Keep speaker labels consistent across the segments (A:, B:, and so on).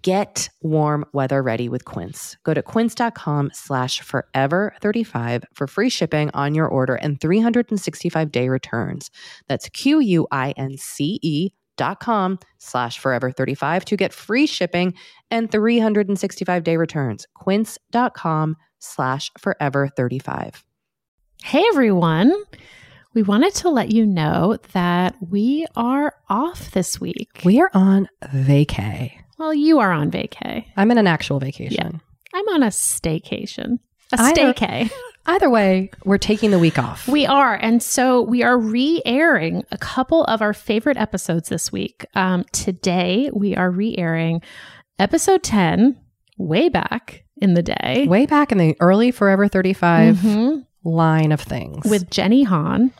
A: get warm weather ready with Quince. Go to quince.com slash forever35 for free shipping on your order and 365 day returns. That's Q-U-I-N-C-E E dot com slash forever 35 to get free shipping and 365 day returns. Quince.com slash forever 35.
B: Hey, everyone. We wanted to let you know that we are off this week.
C: We are on vacay.
B: well, you are on vacay.
C: I'm in an actual vacation.
B: I'm on a staycation. A
C: I don't-
B: staycay.
C: Either way, we're taking the week off.
B: We are. And so we are re airing a couple of our favorite episodes this week. Um, today, we are re airing episode 10, way back in the day,
C: Way back in the early Forever 35
A: Mm-hmm.
B: Mhm.
C: line of things.
B: with Jenny Hahn,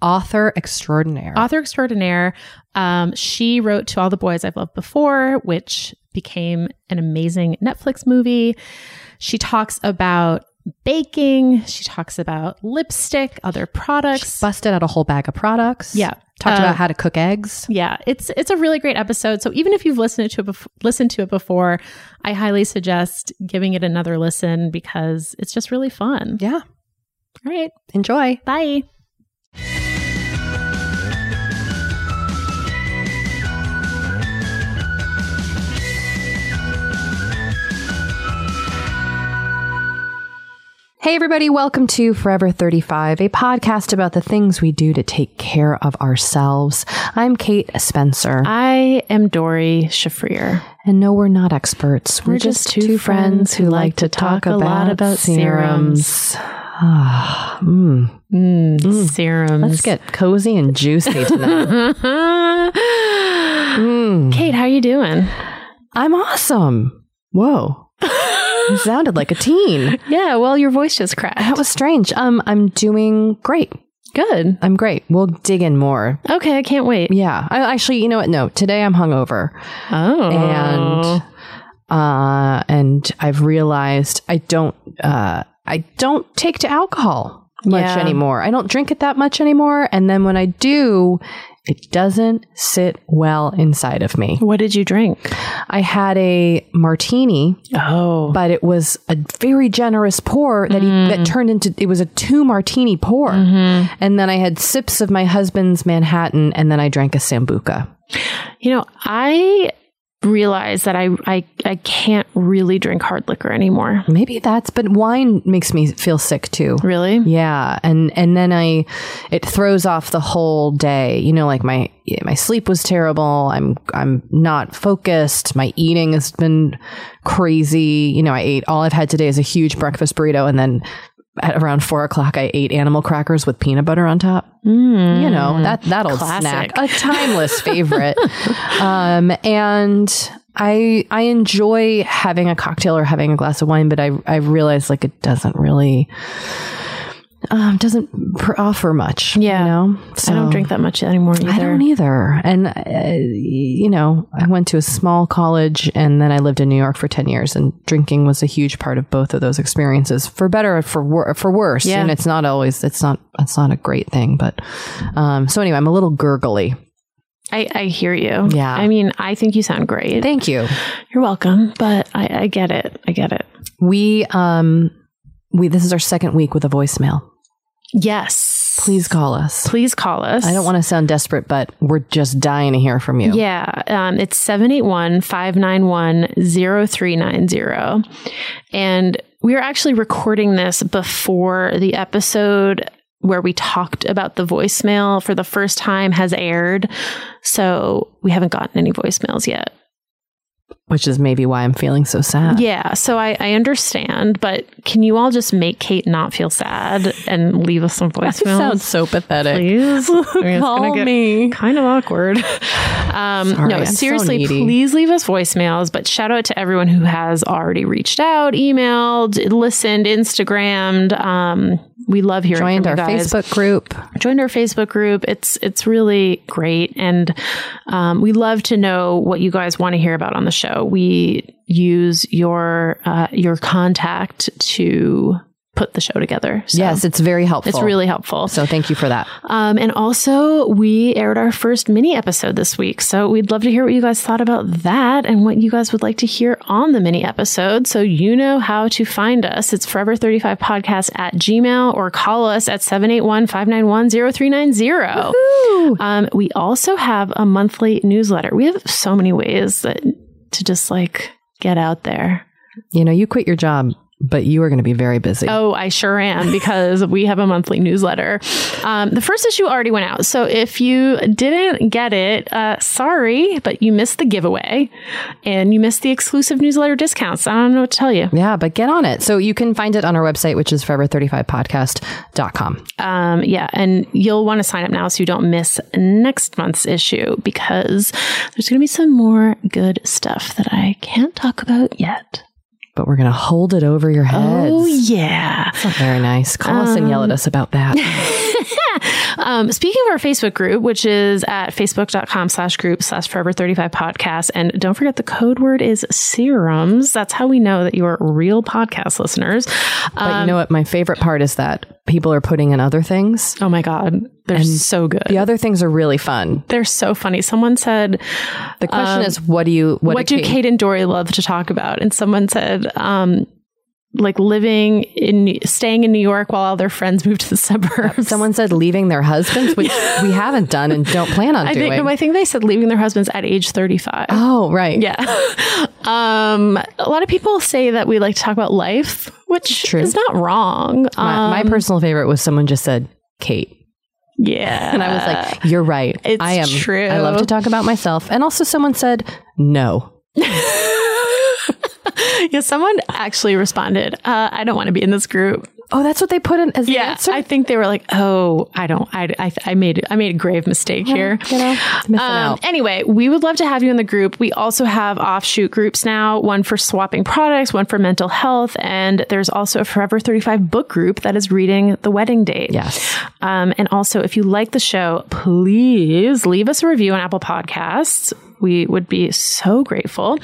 C: author extraordinaire.
B: author extraordinaire. Um, she wrote To All the Boys I've Loved Before, which became an amazing Netflix movie. She talks about baking, she talks about lipstick, other products.
C: Busted out a whole bag of products.
B: Yeah.
C: Talked
B: Uh,
C: about how to cook eggs.
B: Yeah, it's it's a really great episode. So even if you've listened to it bef- listened to it before, I highly suggest giving it another listen because it's just really fun.
C: Yeah.
B: All right,
C: Enjoy.
B: bye.
C: Hey, everybody, welcome to Forever 35, a podcast about the things we do to take care of ourselves. I'm Kate Spencer.
B: I am Dory Shafrir.
C: and no, we're not experts. We're, just, two friends who like to talk a lot about serums. Ah, mm.
B: Mm, Serums.
C: Let's get cozy and juicy tonight. Mm.
B: Kate, how you doing?
C: I'm awesome. Whoa. You sounded like a teen.
B: Yeah, well, your voice just cracked.
C: That was strange. Um, I'm doing great.
B: good.
C: I'm great. We'll dig in more.
B: Okay, I can't wait.
C: Yeah. I actually, you know what? No, today I'm hungover.
B: Oh,
C: and uh and I've realized I don't uh I don't take to alcohol much
B: Yeah.
C: anymore. I don't drink it that much anymore and then when I do it doesn't sit well inside of me.
B: what did you drink?
C: I had a martini,
B: Oh,
C: but it was a very generous pour that he that turned into it was a two martini pour. And then I had sips of my husband's Manhattan and then I drank a sambuca.
B: You know, I realize that I, I I can't really drink hard liquor anymore.
A: Maybe that's, but wine makes me feel sick too.
B: Really?
A: Yeah, and and then I, it throws off the whole day. You know, like my my sleep was terrible. I'm I'm not focused. My eating has been crazy. You know, I ate all I've had today is a huge breakfast burrito, and then at around four o'clock, I ate animal crackers with peanut butter on top. You know that that old
B: Classic.
A: snack, a timeless favorite. um, and I I enjoy having a cocktail or having a glass of wine, but I I realize like it doesn't really um, doesn't pr- offer much.
B: Yeah.
A: you know? so
B: I don't drink that much anymore either.
A: Oh. I don't e- either. And, uh, you know, I went to a small college and then I lived in New York for 10 years and drinking was a huge part of both of those experiences for better or for, wor- for worse.
B: Yeah.
A: And it's not always, it's not, it's not a great thing, but, um, so anyway, I'm a little gurgly.
B: I, I hear you.
A: Yeah.
B: I mean, I think you sound great.
A: Thank you.
B: You're welcome, but I, I get it. I get it.
A: We, um, we, this is our second week with a voicemail.
B: Yes.
A: Please call us.
B: Please call us.
A: I don't want to sound desperate, but we're just dying to hear from you.
B: Yeah, um, it's 781 591 0390. And we are actually recording this before the episode where we talked about the voicemail for the first time has aired. So we haven't gotten any voicemails yet.
A: Which is maybe why I'm feeling so sad.
B: Yeah, so I, I understand, but can you all just make Kate not feel sad and leave us some voicemails?
A: so pathetic.
B: please. I mean, it's
A: Call
B: gonna get
A: me.
B: Kind of awkward. Um,
A: Sorry,
B: no,
A: I'm so
B: seriously,
A: needy.
B: please leave us voicemails. But shout out to everyone who has already reached out, emailed, listened, Instagrammed. Um, we love hearing
A: Joined
B: from
A: our
B: you guys
A: Facebook group.
B: joined our Facebook group. It's it's really great, and um, we love to know what you guys want to hear about on the show. We use your uh, your contact to put the show together. So
A: Yes, it's very helpful.
B: it's really helpful.
A: so thank you for that.
B: Um, and also, we aired our first mini episode this week. So we'd love to hear what you guys thought about that and what you guys would like to hear on the mini episode. So you know how to find us. It's forever35podcast at gmail or call us at 781 591 0390. Um, We also have a monthly newsletter. We have so many ways that to just like get out there.
A: You know, you quit your job, but you are going to be very busy.
B: Oh, I sure am because we have a monthly newsletter. Um, the first issue already went out. So if you didn't get it, uh, sorry, but you missed the giveaway and you missed the exclusive newsletter discounts. I don't know what to tell you.
A: Yeah, but get on it. So you can find it on our website, which is forever35podcast.com.
B: Um, yeah. And you'll want to sign up now so you don't miss next month's issue because there's going to be some more good stuff that I can't talk about yet.
A: But we're going to hold it over your heads.
B: Oh, yeah.
A: It's not very nice. Call us and yell at us about that.
B: Um, speaking of our Facebook group, which is at facebook.com slash group slash forever 35 podcast. And don't forget the code word is serums. That's how we know that you are real podcast listeners.
A: but
B: Um,
A: you know what? My favorite part is that people are putting in other things.
B: oh my God. They're so good.
A: The other things are really fun.
B: They're so funny. Someone said,
A: The question is, what do you, what,
B: um, What, do Kate? and Dory love to talk about? And someone said, um, like living in, staying in New York while all their friends move to the suburbs.
A: Someone said leaving their husbands, which we haven't done and don't plan on
B: I
A: doing.
B: think, no, I think they said leaving their husbands at age 35.
A: oh, right.
B: Yeah. Um, a lot of people say that we like to talk about life, which
A: True.
B: is not wrong.
A: My, my
B: Um,
A: personal favorite was someone just said, Kate.
B: yeah.
A: And I was like, "You're right.
B: it's
A: I am.
B: true.
A: I love to talk about myself." And also, someone said, "No."
B: yeah, someone actually responded, uh, I don't want to be in this group.
A: Oh, that's what they put in as the
B: Yeah.
A: answer.
B: I think they were like, oh, I don't, I, I, I made, I made a grave
A: Oh
B: mistake here.
A: you know, missing
B: Um,
A: out.
B: anyway, we would love to have you in the group. We also have offshoot groups now one for swapping products, one for mental health, and there's also a Forever 35 book group that is reading The Wedding Date.
A: Yes.
B: Um, and also, if you like the show, please leave us a review on Apple Podcasts. We would be so grateful.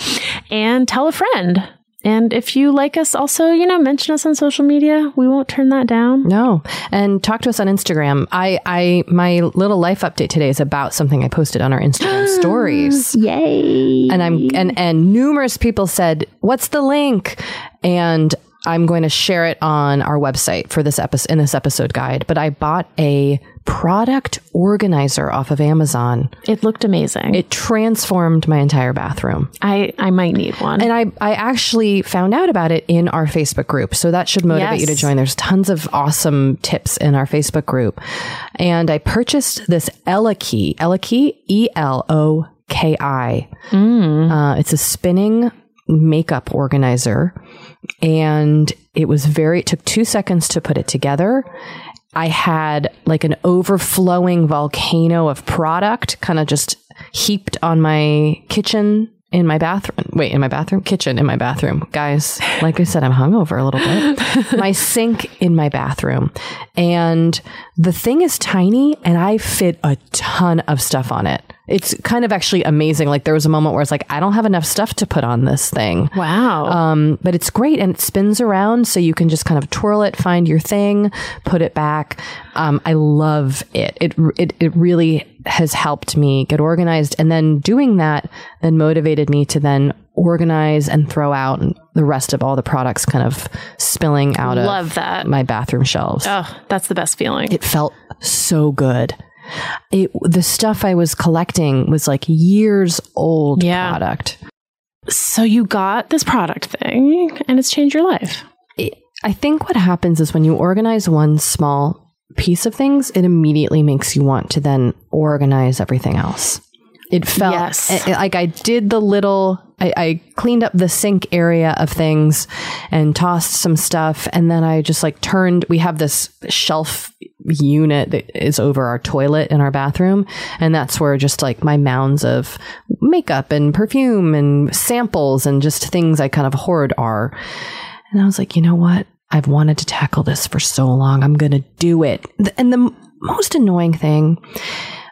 B: And tell a friend. And if you like us, also, you know, mention us on social media. We won't turn that down.
A: No, and talk to us on Instagram. I, I, my little life update today is about something I posted on our Instagram stories.
B: Yay.
A: and I'm and and numerous people said, "What's the link?" and I'm going to share it on our website for this episode in this episode guide. But I bought a product organizer off of Amazon.
B: It looked amazing.
A: It transformed my entire bathroom.
B: I, I might need one.
A: And I, I actually found out about it in our Facebook group. So that should motivate
B: Yes.
A: you to join. There's tons of awesome tips in our Facebook group. And I purchased this Ella key, Ella key, E L O K I. Uh, it's a spinning makeup organizer. And it was very, it took two seconds to put it together. I had like an overflowing volcano of product kind of just heaped on my kitchen in my bathroom. Wait, in my bathroom? Kitchen in my bathroom. Guys, like I said, I'm hungover a little bit. my sink in my bathroom. And the thing is tiny and I fit a ton of stuff on it. It's kind of actually amazing. Like there was a moment where it's like, I don't have enough stuff to put on this thing.
B: wow.
A: Um, but it's great and it spins around so you can just kind of twirl it, find your thing, put it back. Um, I love it. It, it. it really has helped me get organized. And then doing that then motivated me to then organize and throw out the rest of all the products kind of spilling out
B: Love
A: of
B: that.
A: my bathroom shelves.
B: oh, that's the best feeling.
A: It felt so good. It, the stuff I was collecting was like years old
B: Yeah.
A: product.
B: so you got this product thing and it's changed your life.
A: I think what happens is when you organize one small piece of things, it immediately makes you want to then organize everything else. It felt
B: Yes.
A: I- I- like I did the little, I, I cleaned up the sink area of things and tossed some stuff. And then I just like turned, we have this shelf unit that is over our toilet in our bathroom. And that's where just like my mounds of makeup and perfume and samples and just things I kind of hoard are. And I was like, you know what? I've wanted to tackle this for so long. I'm going to do it. Th- And the m- most annoying thing,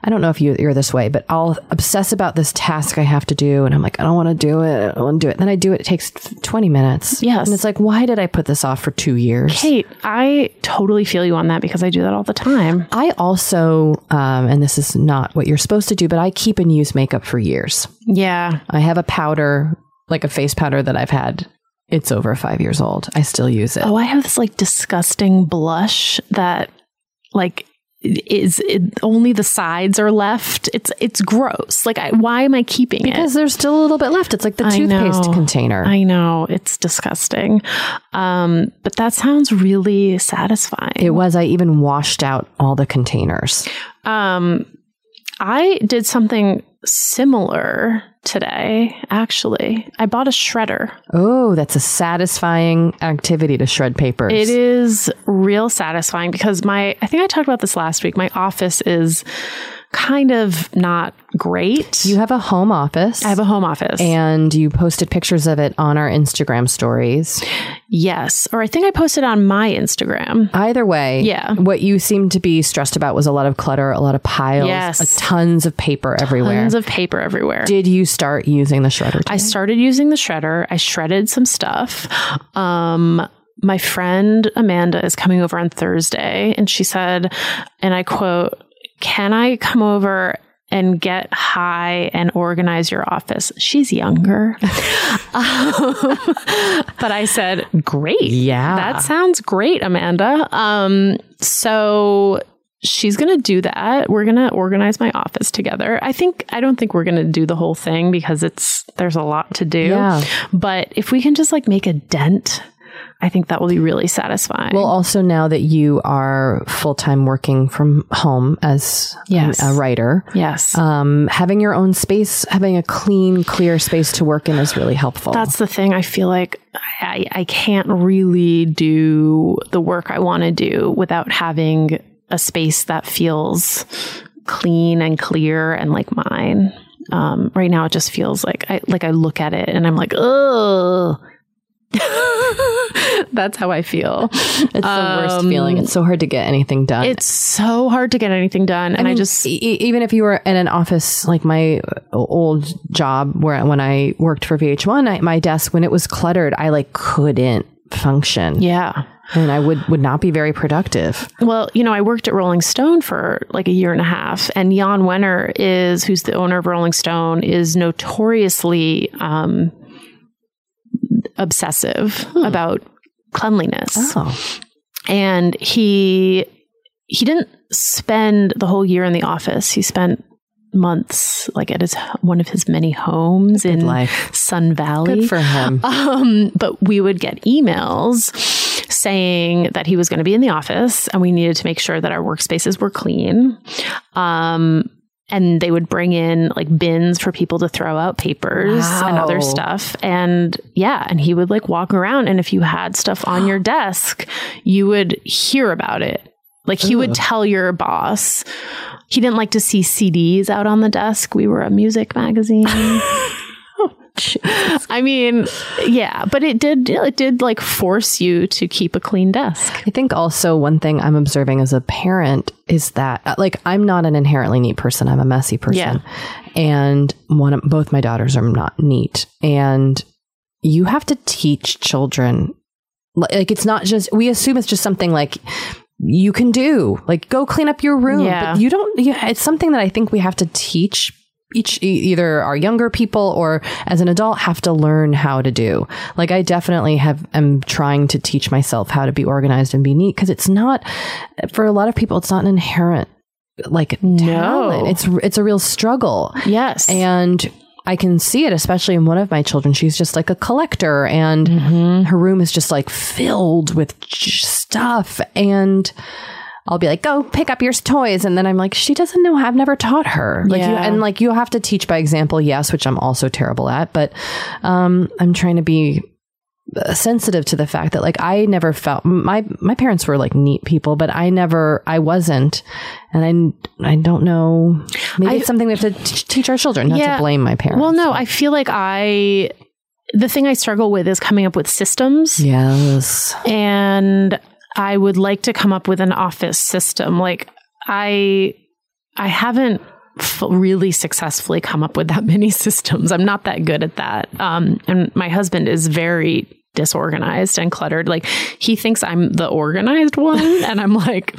A: I don't know if you, you're this way, but I'll obsess about this task I have to do. And I'm like, I don't want to do it. I don't want to do it. Then I do it. It takes f- 20 minutes.
B: Yes.
A: And it's like, why did I put this off for two years?
B: Kate, I totally feel you on that because I do that all the time.
A: I also, um, and this is not what you're supposed to do, but I keep and use makeup for years.
B: Yeah.
A: I have a powder, like a face powder that I've had. It's over five years old. I still use it.
B: Oh, I have this like disgusting blush that like is it, only the sides are left. It's it's gross. Like I, why am I keeping
A: Because
B: it?
A: there's still a little bit left. It's like the
B: I
A: toothpaste
B: know.
A: container.
B: I know it's disgusting. Um, but that sounds really satisfying.
A: it was. I even washed out all the containers.
B: Um, I did something similar today, actually. I bought a shredder.
A: Oh, that's a satisfying activity to shred papers.
B: It is real satisfying because my, I think I talked about this last week. My office is kind of not great.
A: You have a home office.
B: I have a home office.
A: and you posted pictures of it on our Instagram stories.
B: yes. Or I think I posted on my Instagram.
A: Either way,
B: Yeah.
A: what you seemed to be stressed about was a lot of clutter, a lot of piles,
B: Yes.
A: a tons of paper everywhere.
B: Tons of paper everywhere.
A: Did you start using the shredder?
B: I started using the shredder. I shredded some stuff. Um, my friend Amanda is coming over on Thursday, and she said, and I quote, Can I come over and get high and organize your office? She's younger. Um, but I said, Great.
A: Yeah.
B: That sounds great, Amanda. Um, so she's going to do that. We're going to organize my office together. I think I don't think we're going to do the whole thing because it's there's a lot to do.
A: Yeah.
B: But if we can just like make a dent, I think that will be really satisfying.
A: Well, also now that you are full time working from home as
B: Yes.
A: a writer,
B: yes.
A: um, having your own space, having a clean, clear space to work in is really helpful.
B: that's the thing. I feel like I, I can't really do the work I want to do without having a space that feels clean and clear and like mine. Um, right now, it just feels like I like I look at it and I'm like, oh, that's how I feel.
A: it's the worst
B: Um,
A: feeling. It's so hard to get anything done.
B: It's so hard to get anything done, and I, just
A: e- e- even if you were in an office like my uh, old job where when I worked for VH1, I, my desk when it was cluttered, I like couldn't function,
B: yeah.
A: and I would would not be very productive.
B: Well, you know, I worked at Rolling Stone for like a year and a half, and Jan Wenner is, who's the owner of Rolling Stone, is notoriously um, Oh, obsessive about cleanliness,
A: Oh,
B: and he he didn't spend the whole year in the office. He spent months like at his one of his many homes in
A: life.
B: Sun Valley.
A: Good for him.
B: Um, but we would get emails saying that he was going to be in the office and we needed to make sure that our workspaces were clean. Um, and they would bring in like bins for people to throw out papers and
A: Wow.
B: other stuff. And yeah, and he would like walk around. And if you had stuff on your desk, you would hear about it. Like he would tell your boss. He didn't like to see CDs out on the desk. We were a music magazine. I mean, yeah, but it did it did like force you to keep a clean desk.
A: I think also one thing I'm observing as a parent is that uh, like I'm not an inherently neat person. I'm a messy person. And one of both my daughters are not neat. And you have to teach children li- like it's not just we assume it's just something like you can do like go clean up your room
B: Yeah.
A: but you don't you, it's something that i think we have to teach each e- either our younger people or as an adult have to learn how to do like i definitely have am trying to teach myself how to be organized and be neat because it's not for a lot of people it's not an inherent like talent it's it's a real struggle
B: Yes.
A: and I can see it, especially in one of my children. She's just like a collector, and
B: Mm-hmm.
A: her room is just like filled with j- stuff. And I'll be like, "Go pick up your toys," and then I'm like, "She doesn't know. I've never taught her." Like, you,
B: Yeah.
A: and like you have to teach by example, yes, which I'm also terrible at. But um, I'm trying to be uh, sensitive to the fact that like I never felt my my parents were like neat people, but I never I wasn't, and I I don't know. Maybe
B: I-
A: it's something we have to t- teach our children not
B: Yeah.
A: to blame my parents.
B: well, no, I feel like I the thing I struggle with is coming up with systems.
A: yes,
B: and I would like to come up with an office system. Like I, I haven't f- really successfully come up with that many systems. I'm not that good at that. Um, and my husband is very disorganized and cluttered. Like he thinks I'm the organized one, and I'm like.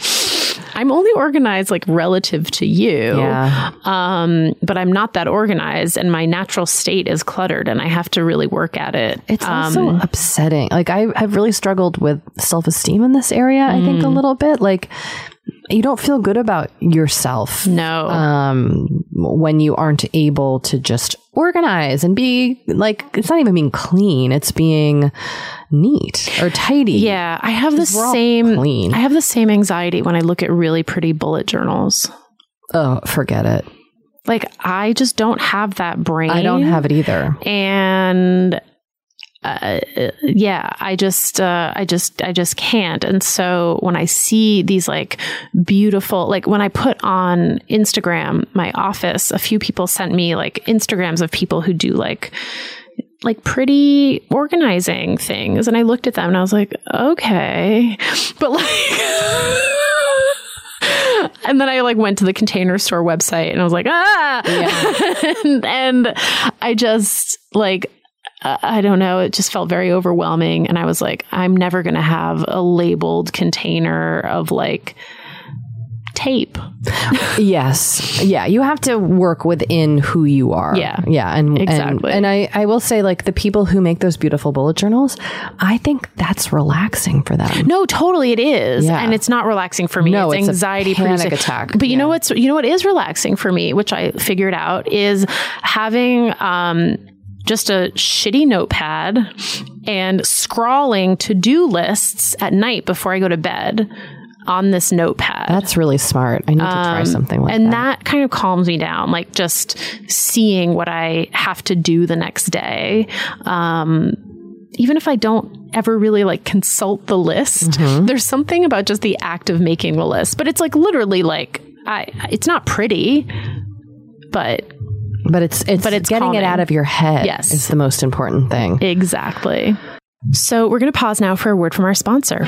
B: I'm only organized like relative to you.
A: Yeah.
B: Um, but I'm not that organized and my natural state is cluttered and I have to really work at it. Um,
A: it's also upsetting. Like I have really struggled with self esteem in this area. I think
B: Mm.
A: a little bit like you don't feel good about yourself.
B: no.
A: um, when you aren't able to just organize and be like, it's not even being clean, it's being neat or tidy.
B: Yeah, I have the
A: 'Cause we're all
B: same.
A: clean.
B: I have the same anxiety when I look at really pretty bullet journals.
A: Oh, forget it.
B: Like I just don't have that brain.
A: I don't have it either.
B: and uh, yeah, I just, uh, I just, I just can't. And so when I see these like beautiful, like when I put on Instagram, my office, a few people sent me like Instagrams of people who do like, like pretty organizing things. And I looked at them and I was like, okay, but like, and then I like went to the container store website and I was like, ah, and, and I just like, I I don't know. It just felt very overwhelming. And I was like, I'm never going to have a labeled container of like tape.
A: Yes. Yeah. You have to work within who you are.
B: Yeah.
A: Yeah. And and-
B: Exactly.
A: And, I, I will say, like, the people who make those beautiful bullet journals, I think that's relaxing for them.
B: No, totally, it is,
A: Yeah.
B: and it's not relaxing for me.
A: No,
B: it's,
A: it's a
B: anxiety,
A: panic
B: producing.
A: attack.
B: But you know what's you know what is relaxing for me, which I figured out is having um, just a shitty notepad and scrawling to do lists at night before I go to bed on this notepad
A: That's really smart. I need to try something like
B: Um, and
A: that.
B: that. kind of calms me down like just seeing what i have to do the next day um, even if i don't ever really like consult the list
A: Mm-hmm.
B: there's something about just the act of making the list but it's like literally like i it's not pretty but
A: But it's it's
B: But it's
A: getting
B: calming.
A: it out of your head
B: Yes.
A: is the most important thing.
B: exactly so we're going to pause now for a word from our sponsor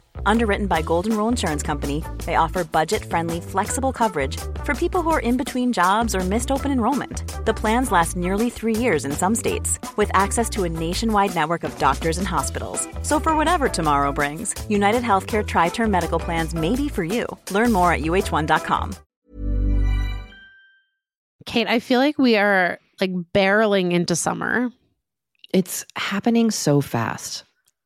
D: Underwritten by Golden Rule Insurance Company, they offer budget-friendly, flexible coverage for people who are in between jobs or missed open enrollment. The plans last nearly three years in some states, with access to a nationwide network of doctors and hospitals. So for whatever tomorrow brings, United Healthcare Tri-Term Medical Plans may be for you. Learn more at uh1.com.
B: Kate, I feel like we are like barreling into summer.
A: It's happening so fast.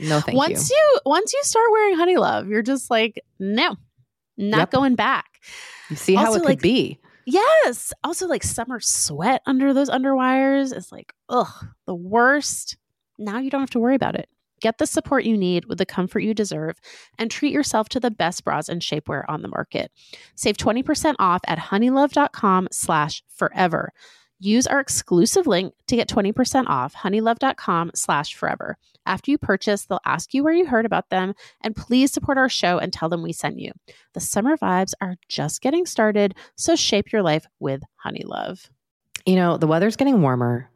A: No, thank
B: once you. once you start wearing honey love, you're just like, no, not
A: Yep.
B: going back.
A: you. You see how
B: also,
A: it could
B: like-
A: be.
B: Yes. Also, like summer sweat under those underwires is like, ugh, the worst. Now you don't have to worry about it. Get the support you need with the comfort you deserve and treat yourself to the best bras and shapewear on the market. Save 20% off at honeylove.com slash forever. Use our exclusive link to get 20% off honeylove.com slash forever. After you purchase, they'll ask you where you heard about them and please support our show and tell them we sent you. The summer vibes are just getting started, so shape your life with Honey Love.
A: You know, the weather's getting warmer.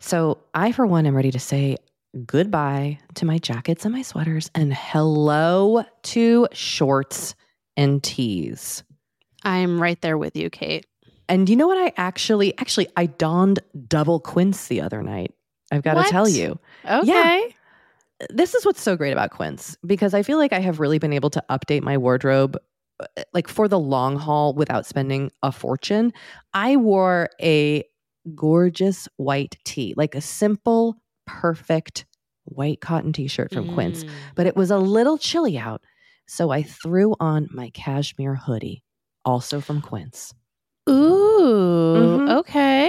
A: So I, for one, am ready to say goodbye to my jackets and my sweaters and hello to shorts and tees.
B: I'm right there with you, Kate.
A: And you know what? I actually, actually, I donned double quince the other night. I've got
B: What?
A: to tell you,
B: Okay.
A: this is what's so great about quince because I feel like I have really been able to update my wardrobe uh, like for the long haul without spending a fortune. I wore a gorgeous white tee, like a simple, perfect white cotton t shirt from
B: Mm.
A: Quince, but it was a little chilly out. So I threw on my cashmere hoodie, also from Quince.
B: Ooh. Mm-hmm.
A: Mhm.
B: Okay.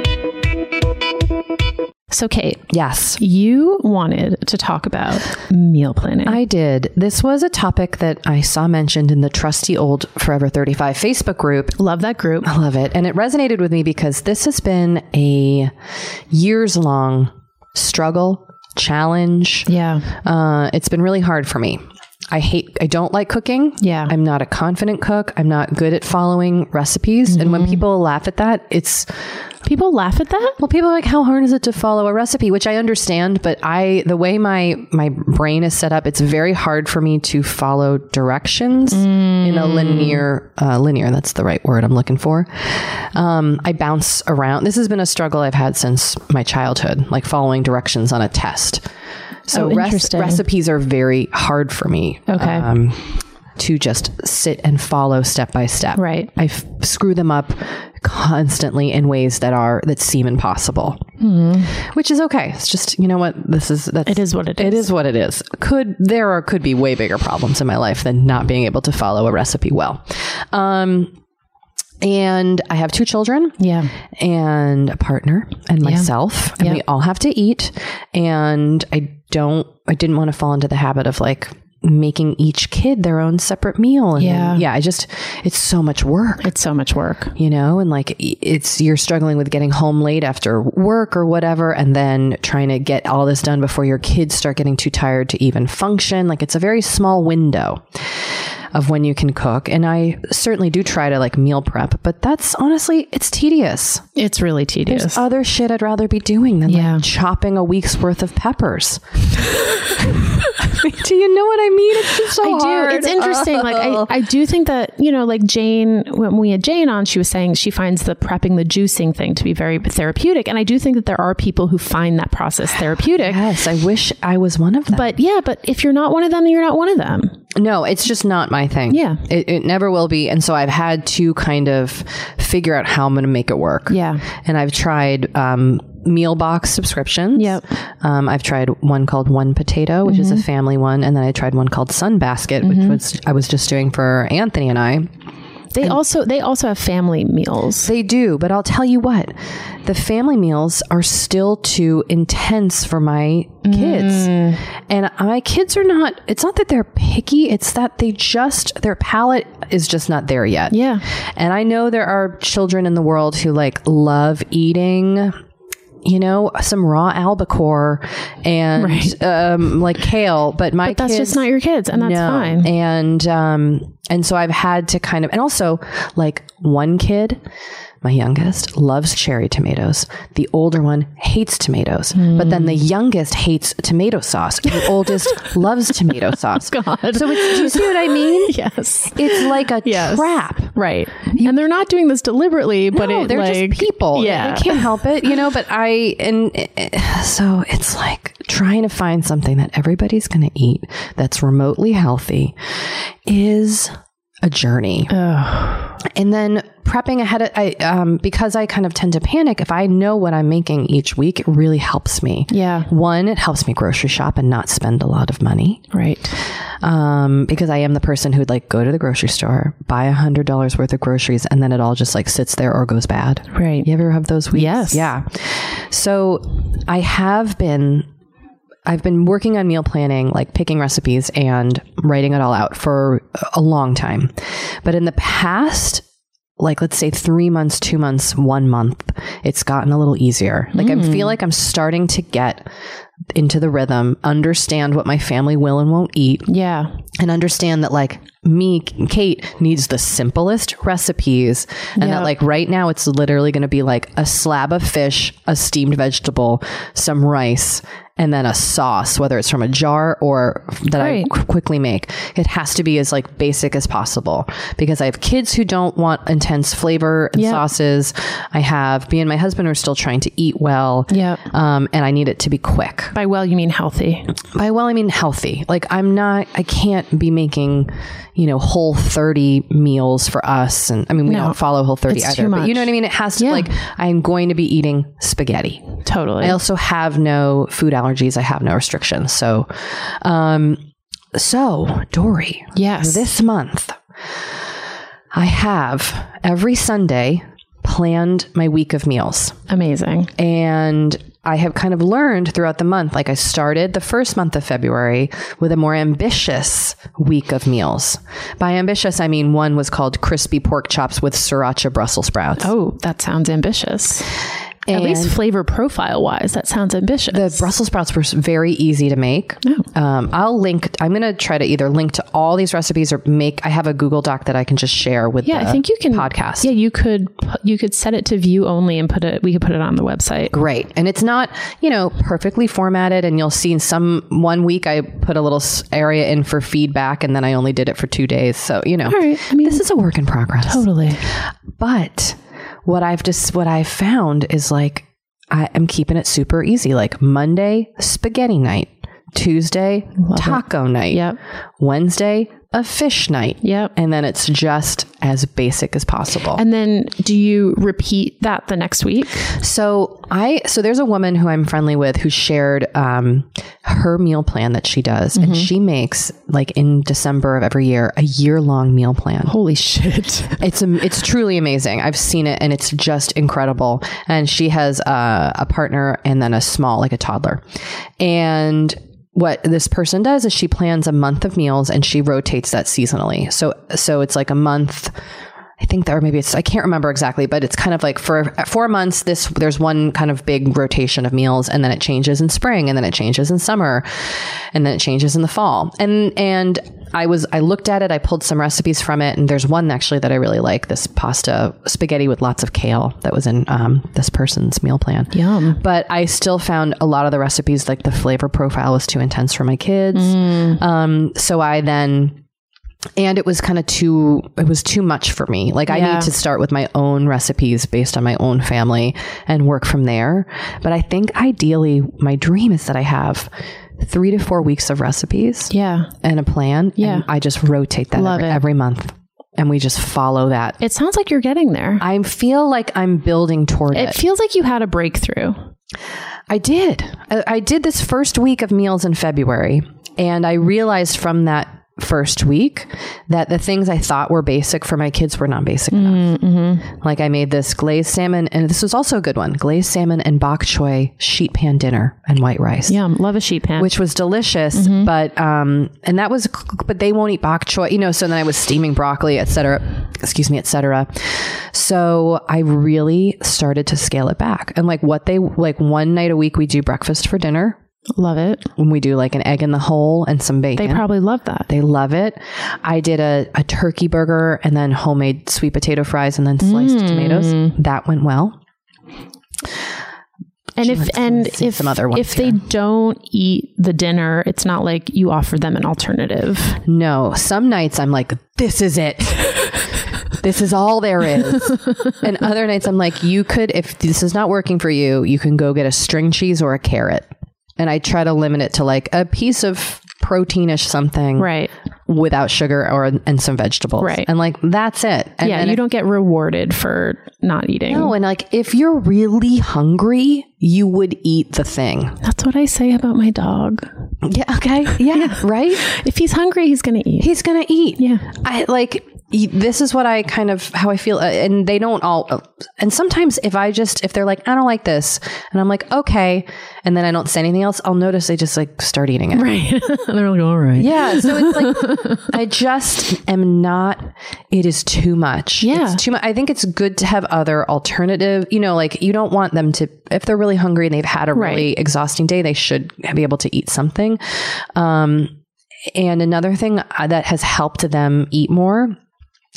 E: So, Kate,
A: Yes.
E: you wanted to talk about meal planning.
A: I did. This was a topic that I saw mentioned in the trusty old Forever 35 Facebook group.
E: love that group.
A: I love it. And it resonated with me because this has been a years long struggle, challenge.
E: Yeah.
A: Uh, it's been really hard for me. I hate, I don't like cooking.
E: Yeah.
A: I'm not a confident cook. I'm not good at following recipes. And
E: Mm-hmm.
A: when people laugh at that, it's,
E: People laugh at that.
A: well, people are like, how hard is it to follow a recipe? Which I understand, but I, the way my, my brain is set up, it's very hard for me to follow directions in
E: Mm.
A: a linear, uh, linear, that's the right word I'm looking for. Um, I bounce around. This has been a struggle I've had since my childhood, like following directions on a test. So
E: Oh,
A: rec-
E: interesting.
A: recipes are very hard for me.
E: Okay.
A: Um, to just sit and follow step by step.
E: Right.
A: I f- screw them up constantly in ways that are that seem impossible. Which is okay. It's just you know what this is. That's,
B: Hmm. It is what it
A: It
B: is.
A: is what it is. Could there are could be way bigger problems in my life than not being able to follow a recipe well. Um, and I have two children
E: Yeah.
A: and a partner and myself and
E: Yeah.
A: we all have to eat and i don't i didn't want to fall into the habit of like making each kid their own separate meal and
E: Yeah.
A: yeah i just it's so much work
E: It's so much work.
A: you know and like i- it's you're struggling with getting home late after work or whatever and then trying to get all this done before your kids start getting too tired to even function like it's a very small window of when you can cook and i certainly do try to like meal prep but that's honestly it's tedious
E: It's really tedious.
A: there's other shit I'd rather be doing than
E: Yeah.
A: like chopping a week's worth of peppers. Do you know what I mean? It's just so
E: I
A: hard. Oh.
E: do. It's interesting. Like I, I do think that you know, like Jane, when we had Jane on, she was saying she finds the prepping, the juicing thing to be very therapeutic, and I do think that there are people who find that process therapeutic.
A: yes, I wish I was one of them.
E: But yeah, but if you're not one of them, then you're not one of them.
A: No, it's just not my thing.
E: Yeah.
A: It, it never will be. And so I've had to kind of figure out how I'm going to make it work.
E: Yeah.
A: And I've tried, um, meal box subscriptions.
E: Yep. Mm-hmm.
A: Um, I've tried one called One Potato, which is a family one. And then I tried one called Sun Basket, which was, I was just doing for Anthony and I.
E: They also they also have family meals.
A: They do, but I'll tell you what, the family meals are still too intense for my kids.
E: Mm.
A: And my kids are not, it's not that they're picky, it's that they just, their palate is just not there yet.
E: Yeah.
A: And I know there are children in the world who like love eating. You know, some raw albacore and um, like kale, but my
E: But that's
A: kids,
E: just not your kids, and that's
A: no.
E: fine.
A: And um, and so I've had to kind of, and also like one kid My youngest loves cherry tomatoes. The older one hates tomatoes. But then
E: Hmm.
A: the youngest hates tomato sauce. The oldest loves
E: Oh,
A: tomato sauce. God. So it's, do you see what I mean?
E: Yes.
A: It's like a
E: Yes.
A: trap.
E: Right. and they're not doing this deliberately, but
A: no,
E: it
A: they're
E: like
A: just people.
E: Yeah.
A: Yeah, you can't help it, you know. But I and eh, so it's like trying to find something that everybody's going to eat that's remotely healthy is a journey. And then prepping ahead, of, I um, because I kind of tend to panic. If I know what I'm making each week, it really helps me.
B: Yeah.
A: one, it helps me grocery shop and not spend a lot of money
B: Right.
A: um, because I am the person who would like go to the grocery store, buy a hundred dollars worth of groceries, and then it all just like sits there or goes bad.
B: Right.
A: You ever have those weeks?
B: Yes.
A: Yeah. So I have been. I've been working on meal planning, like picking recipes and writing it all out for a long time. But in the past, like let's say three months, two months, one month, it's gotten a little easier. Like I
B: Hmm.
A: feel like I'm starting to get into the rhythm, understand what my family will and won't eat
B: Yeah.
A: and understand that like me kate needs the simplest recipes and that like right now it's literally going to be like a slab of fish a steamed vegetable some rice and then a sauce whether it's from a jar or that
B: Right.
A: i qu- quickly make it has to be as like basic as possible because i have kids who don't want intense flavor and sauces i have me and my husband are still trying to eat well
B: Yep.
A: um, and i need it to be quick
B: By well, you mean healthy.
A: by well, I mean healthy. Like I'm not, I can't be making, you know, whole 30 meals for us. And I mean, we
B: No.
A: don't follow whole 30
B: It's
A: either,
B: too
A: but you
B: much.
A: know what I mean? It has to
B: Yeah.
A: like, I'm going to be eating spaghetti.
B: Totally.
A: I also have no food allergies. I have no restrictions. So, um, so Dory,
B: Yes.
A: this month I have every Sunday planned my week of meals
B: Amazing.
A: and I have kind of learned throughout the month. Like I started the first month of February with a more ambitious week of meals. By ambitious, I mean one was called crispy pork chops with sriracha Brussels sprouts.
B: Oh, that sounds ambitious. At least flavor profile wise, that sounds ambitious.
A: The Brussels sprouts were very easy to make.
B: Oh.
A: Um, I'll link. I'm going to try to either link to all these recipes or make. I have a Google Doc that I can just share with.
B: yeah,
A: the
B: I think you can
A: podcast.
B: Yeah, you could pu- you could set it to view only and put it. We could put it on the website.
A: great and it's not you know perfectly formatted and you'll see in some one week i put a little s- area in for feedback and then i only did it for two days so you know this is a work in progress
B: Totally.
A: but what i've just what i've found is like i am keeping it super easy like monday spaghetti night tuesday taco night
B: Yep.
A: wednesday a fish night
B: Yep.
A: and then it's just as basic as possible
B: And then do you repeat that the next week?
A: So I so there's a woman who I'm friendly with who shared um, her meal plan that she does, and she makes like in December of every year a year long meal plan.
B: Holy shit.
A: It's am- it's truly amazing. I've seen it, and it's just incredible. And she has a, a partner, and then a small like a toddler, and. What this person does is she plans a month of meals and she rotates that seasonally. So so it's like a month I think there maybe it's I can't remember exactly, but it's kind of like for four months this there's one kind of big rotation of meals and then it changes in spring and then it changes in summer and then it changes in the fall. And and I was I looked at it, I pulled some recipes from it, and there's one actually that I really like, this pasta spaghetti with lots of kale that was in um, this person's meal plan. Yum. But I still found a lot of the recipes like the flavor profile was too intense for my kids. Um, so I then and it was kind of too it was too much for me like i
B: Yeah.
A: need to start with my own recipes based on my own family and work from there but i think ideally my dream is that i have three to four weeks of recipes
B: Yeah.
A: and a plan
B: Yeah.
A: and i just rotate that
B: Love
A: every,
B: it.
A: every month and we just follow that
B: It sounds like you're getting there.
A: i feel like i'm building toward it,
B: it feels like you had a breakthrough.
A: I did. I, I did this first week of meals in February, and I realized from that first week that the things I thought were basic for my kids were not basic enough. Like I made this glazed salmon, and this was also a good one: glazed salmon and bok choy sheet pan dinner and white rice.
B: Yum. Love a sheet pan.
A: Which was delicious,
B: Mm-hmm.
A: but um, and that was, but they won't eat bok choy, you know. So then I was steaming broccoli, et cetera, excuse me, et cetera. So I really started to scale it back, and like what they like one night a week we do breakfast for dinner,
B: Love it.
A: when we do like an egg in the hole and some bacon.
B: They probably love that.
A: They love it. I did a, a turkey burger and then homemade sweet potato fries and then sliced
B: Mm.
A: tomatoes. That went well.
B: and if
A: let's
B: and
A: see
B: if
A: some other ones
B: if they
A: here.
B: don't eat the dinner, it's not like you offer them an alternative.
A: No, some nights I'm like, this is it. this is all there is. and other nights I'm like, you could, if this is not working for you, you can go get a string cheese or a carrot. And I try to limit it to like a piece of proteinish something
B: Right.
A: without sugar or and some vegetables
B: Right.
A: and like that's it and
B: yeah,
A: then
B: you
A: if-
B: don't get rewarded for not eating.
A: No, and like if you're really hungry, you would eat the thing.
B: That's what I say about my dog.
A: Yeah. Okay. Yeah. Right.
B: If he's hungry, he's going to eat.
A: He's gonna eat.
B: Yeah.
A: I like. y- This is what I kind of how I feel, uh, and they don't all. uh, And sometimes if I just if they're like I don't like this, and I'm like okay, and then I don't say anything else, I'll notice they just like start eating it.
B: right. They're like, all right.
A: Yeah. So it's like, I just am not, it is too much.
B: Yeah.
A: It's too much. I think it's good to have other alternative, you know, like you don't want them to, if they're really hungry and they've had a really
B: Right.
A: exhausting day, they should be able to eat something. Um, and another thing uh, that has helped them eat more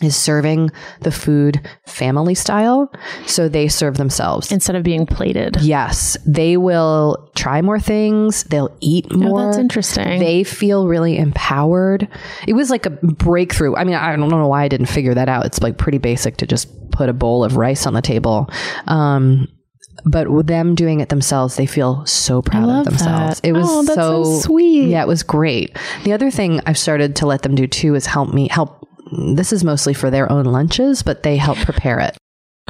A: is serving the food family style. So they serve themselves.
B: Instead of being plated.
A: Yes, they will try more things. They'll eat more.
B: Oh, that's interesting.
A: They feel really empowered. It was like a breakthrough. I mean, I don't know why I didn't figure that out. It's like pretty basic to just put a bowl of rice on the table. Um, but with them doing it themselves, they feel so proud
B: love
A: of themselves.
B: that.
A: It was
B: Oh, that's so sweet.
A: Yeah, it was great. The other thing I've started to let them do too is help me help. This is mostly for their own lunches, but they help prepare it.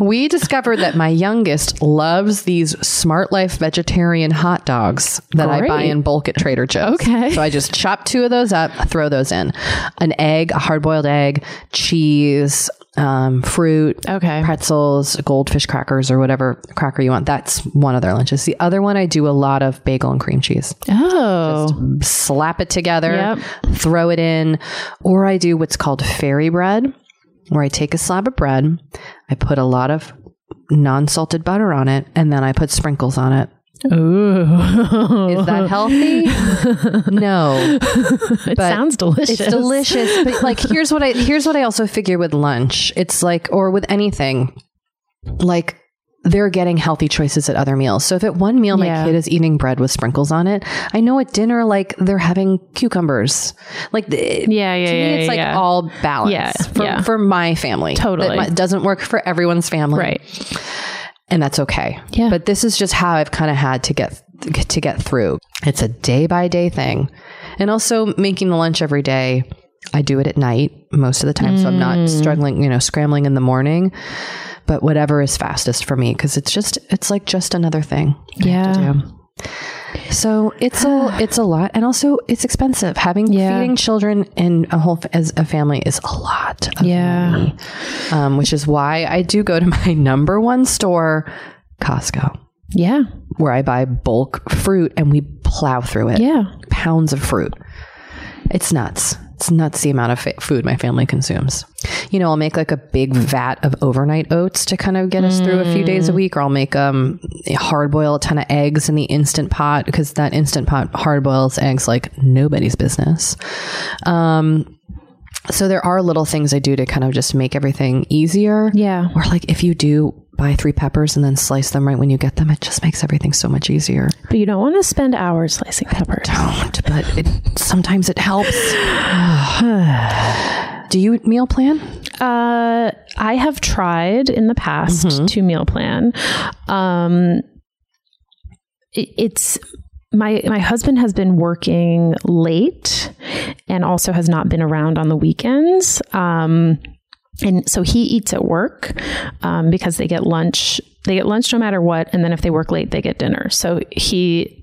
A: We discovered that my youngest loves these Smart Life vegetarian hot dogs that I buy
B: Great.
A: in bulk at Trader Joe's.
B: Okay.
A: So I just chop two of those up, throw those in an egg, a hard boiled egg, cheese, um, fruit,
B: Okay.
A: pretzels, goldfish crackers, or whatever cracker you want. That's one of their lunches. The other one, I do a lot of bagel and cream cheese
B: Oh.
A: slap it together,
B: Yep.
A: throw it in, or I do what's called fairy bread, where I take a slab of bread, I put a lot of non salted butter on it, and then I put sprinkles on it.
B: Ooh.
A: Is that healthy? no.
B: it
A: but
B: sounds delicious.
A: It's delicious, but like here's what I here's what I also figure with lunch. It's like or with anything, like they're getting healthy choices at other meals. So if at one meal
B: Yeah.
A: my kid is eating bread with sprinkles on it, I know at dinner like they're having cucumbers. Like the,
B: Yeah, yeah,
A: to me,
B: yeah,
A: it's like
B: yeah.
A: all balance.
B: Yeah,
A: for,
B: yeah.
A: for my family,
B: Totally.
A: That mi- doesn't work for everyone's family,
B: Right.
A: and that's okay.
B: Yeah.
A: But this is just how I've kind of had to get to get through. It's a day by day thing, and also making the lunch every day. I do it at night most of the time, so I'm
B: Mm.
A: not struggling, you know, scrambling in the morning. But whatever is fastest for me, because it's just it's like just another thing. I have to
B: Yeah.
A: do. So it's a it's a lot, and also it's expensive. Having
B: Yeah.
A: feeding children and a whole f- as a family is a lot. Of
B: Yeah.
A: um, which is why I do go to my number one store, Costco,
B: Yeah.
A: where I buy bulk fruit and we plow through it.
B: Yeah.
A: Pounds of fruit. It's nuts. It's nuts the amount of fa- food my family consumes. You know, I'll make like a big vat of overnight oats to kind of get us through a few days a week, or I'll make um hard boil a ton of eggs in the instant pot because that instant pot hard boils eggs like nobody's business. Um, so there are little things I do to kind of just make everything easier.
B: Yeah.
A: Or like if you do buy three peppers and then slice them right when you get them, it just makes everything so much easier.
B: But you don't want to spend hours slicing peppers.
A: Don't, but it, sometimes it helps. do you meal plan?
B: Uh, I have tried in the past to meal plan. Um, it- it's my my husband has been working late, and also has not been around on the weekends. Um, and so he eats at work um, because they get lunch. They get lunch no matter what, and then if they work late, they get dinner. So he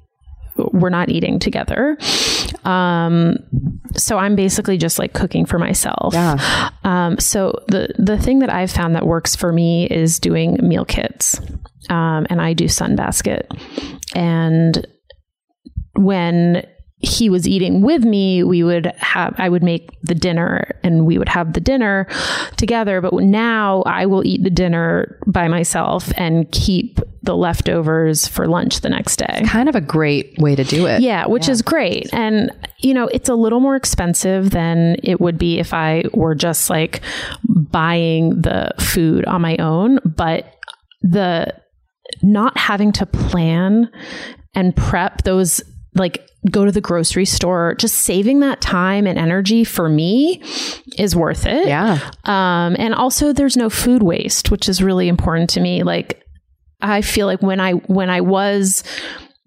B: we're not eating together. Um, so I'm basically just like cooking for myself. Um, so the the thing that I've found that works for me is doing meal kits, um, and I do Sunbasket. And when he was eating with me, we would have I would make the dinner, and we would have the dinner together. But now I will eat the dinner by myself and keep the leftovers for lunch the next day.
A: Kind of a great way to do it.
B: Yeah, which is great. And, you know, it's a little more expensive than it would be if I were just like buying the food on my own. But the not having to plan and prep those, like, go to the grocery store, just saving that time and energy for me is worth it.
A: Yeah.
B: Um, and also there's no food waste, which is really important to me. Like I feel like when I when I was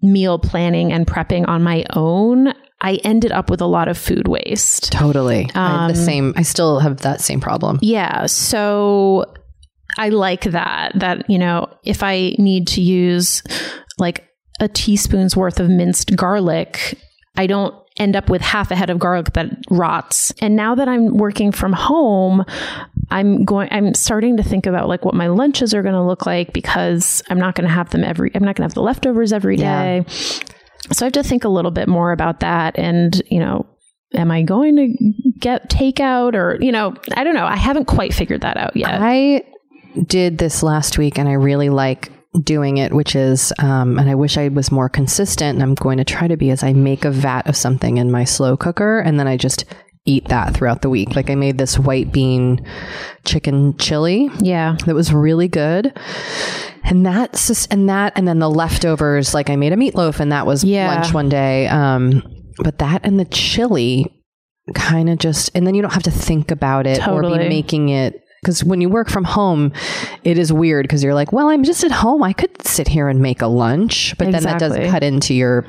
B: meal planning and prepping on my own, I ended up with a lot of food waste.
A: Totally. I had the same. I still have that same problem.
B: Yeah. So I like that. That, you know, if I need to use like a teaspoon's worth of minced garlic, I don't end up with half a head of garlic that rots. And now that I'm working from home, I'm going I'm starting to think about like what my lunches are going to look like because I'm not going to have them every I'm not going to have the leftovers every day. So I have to think a little bit more about that and, you know, am I going to get takeout or, you know, I don't know. I haven't quite figured that out yet.
A: I did this last week and I really like doing it, which is, um, and I wish I was more consistent and I'm going to try to be is I make a vat of something in my slow cooker and then I just eat that throughout the week. Like I made this white bean chicken chili
B: yeah.
A: that was really good. And that sus- and that and then the leftovers like I made a meatloaf and that was
B: Yeah.
A: lunch one day. Um but that and the chili kind of just and then you don't have to think about it or be
B: Totally.
A: making it because when you work from home, it is weird because you're like, well, I'm just at home. I could sit here and make a lunch, but then that doesn't
B: Exactly.
A: cut into your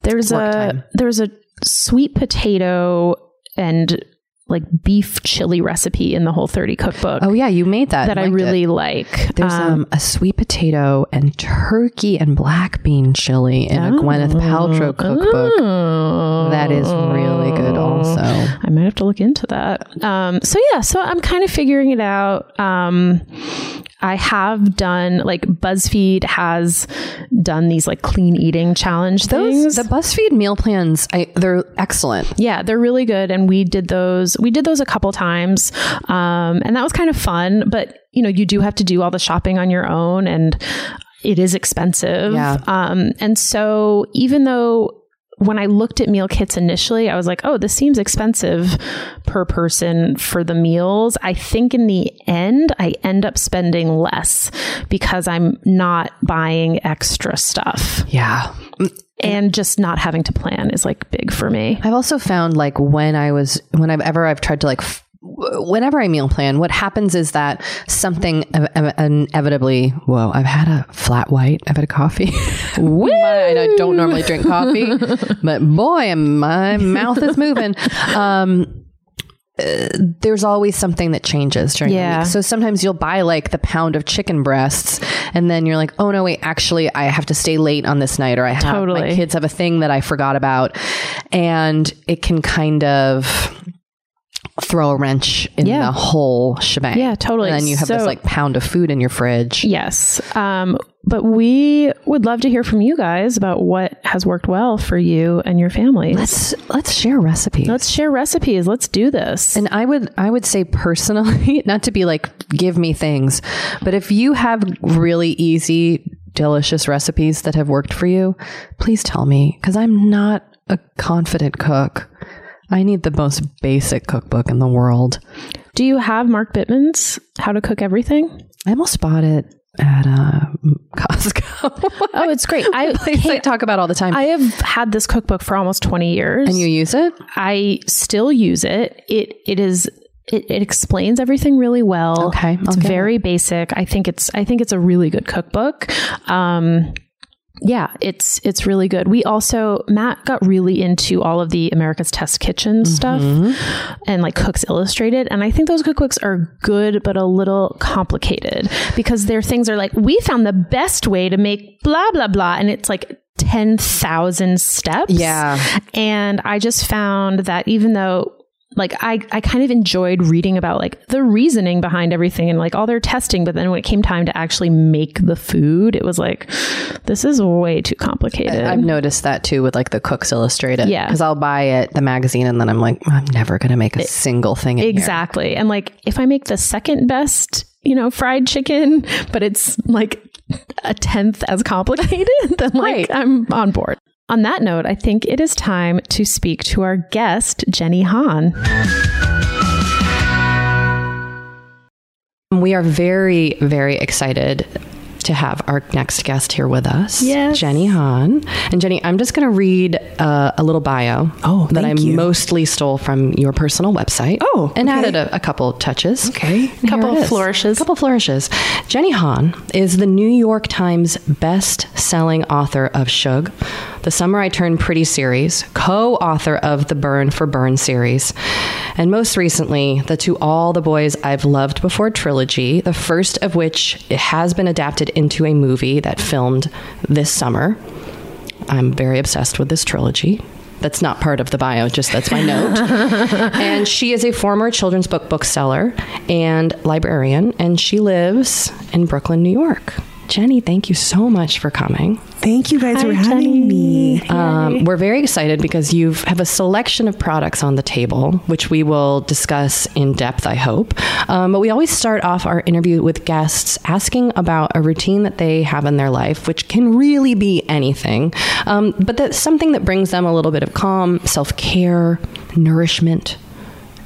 B: There's a
A: work time.
B: there's a sweet potato and like beef chili recipe in the whole 30 cookbook
A: oh yeah, you made that
B: that
A: and
B: I
A: liked it.
B: really like.
A: There's
B: Um,
A: um, a sweet potato and turkey and black bean chili in a Gwyneth Paltrow cookbook. That is really good,
B: Oh.
A: also.
B: I might have to look into that. Um, so yeah, so I'm kind of figuring it out. Um, I have done like BuzzFeed has done these like clean eating challenge
A: Those
B: things.
A: the BuzzFeed meal plans, I, they're excellent.
B: yeah, they're really good, and we did those. We did those a couple times, um, and that was kind of fun. But you know, you do have to do all the shopping on your own, and it is expensive.
A: Yeah.
B: Um, and so even though when I looked at meal kits initially, I was like, oh, this seems expensive per person for the meals. I think in the end, I end up spending less because I'm not buying extra stuff
A: Yeah,
B: and just not having to plan is like big for me.
A: I've also found like when I was whenever I've tried to like. F- Whenever I meal plan, what happens is that something ev- ev- inevitably. Whoa! I've had a flat white. I've had a coffee. Woo! and I don't normally drink coffee, but boy, am my mouth is moving. Um, there's always something that changes during the
B: Yeah.
A: week. So sometimes you'll buy like the pound of chicken breasts and then you're like, oh no, wait, actually I have to stay late on this night or I have my
B: Totally.
A: kids have a thing that I forgot about. And it can kind of throw a wrench in
B: Yeah.
A: the whole shebang.
B: Yeah, totally.
A: And then you have this
B: So-
A: like pound of food in your fridge.
B: Yes. Um, but we would love to hear from you guys about what has worked well for you and your family.
A: Let's let's share recipes.
B: Let's share recipes. Let's do this.
A: And I would I would say personally, not to be like give me things, but if you have really easy delicious recipes that have worked for you, please tell me cuz I'm not a confident cook. I need the most basic cookbook in the world.
B: do you have Mark Bittman's How to Cook Everything?
A: I almost bought it at uh, Costco.
B: Oh, it's great. I,
A: Place I
B: Kate,
A: talk about all the time.
B: I have had this cookbook for almost 20 years.
A: and you use it?
B: I still use it. It it is it, it explains everything really well.
A: Okay,
B: it's
A: I'll get
B: very basic. I think it's I think it's a really good cookbook. Um, yeah, it's it's really good. We also Matt got really into all of the America's Test Kitchen
A: Mm-hmm.
B: stuff and like Cooks Illustrated, and I think those cookbooks are good but a little complicated because their things are like we found the best way to make blah blah blah, and it's like ten thousand steps.
A: Yeah.
B: And I just found that even though like I, I kind of enjoyed reading about like the reasoning behind everything and like all their testing, but then when it came time to actually make the food, it was like, this is way too complicated.
A: I've noticed that too with like the Cooks Illustrated.
B: Yeah.
A: Because I'll buy it, the magazine, and then I'm like, I'm never going to make a single thing in here.
B: exactly. And like if I make the second best, you know, fried chicken, but it's like
E: a tenth as complicated, then like
A: Right.
E: I'm on board. On that note, I think it is time to speak to our guest, Jenny Hahn.
A: We are very, very excited to have our next guest here with us,
E: Yes.
A: Jenny Hahn. And Jenny, I'm just going to read uh, a little bio
F: Oh,
A: that I
F: thank you.
A: mostly stole from your personal website.
F: Oh,
A: and
F: okay.
A: added a, a couple touches.
F: Okay.
A: Here
B: Couple
A: it is.
B: flourishes.
A: Couple flourishes. Jenny Hahn is the New York Times best-selling author of Shug, The Summer I Turned Pretty series, co-author of the Burn for Burn series, and most recently, the To All the Boys I've Loved Before trilogy, the first of which has been adapted into a movie that filmed this summer. I'm very obsessed with this trilogy. That's not part of the bio, just that's my note. and she is a former children's book bookseller and librarian, and she lives in Brooklyn, New York. Jenny, thank you so much for coming.
F: Thank you guys for having me.
A: Um, we're very excited because you have a selection of products on the table, which we will discuss in depth, I hope. Um, but we always start off our interview with guests asking about a routine that they have in their life, which can really be anything, um, but that's something that brings them a little bit of calm, self care, nourishment.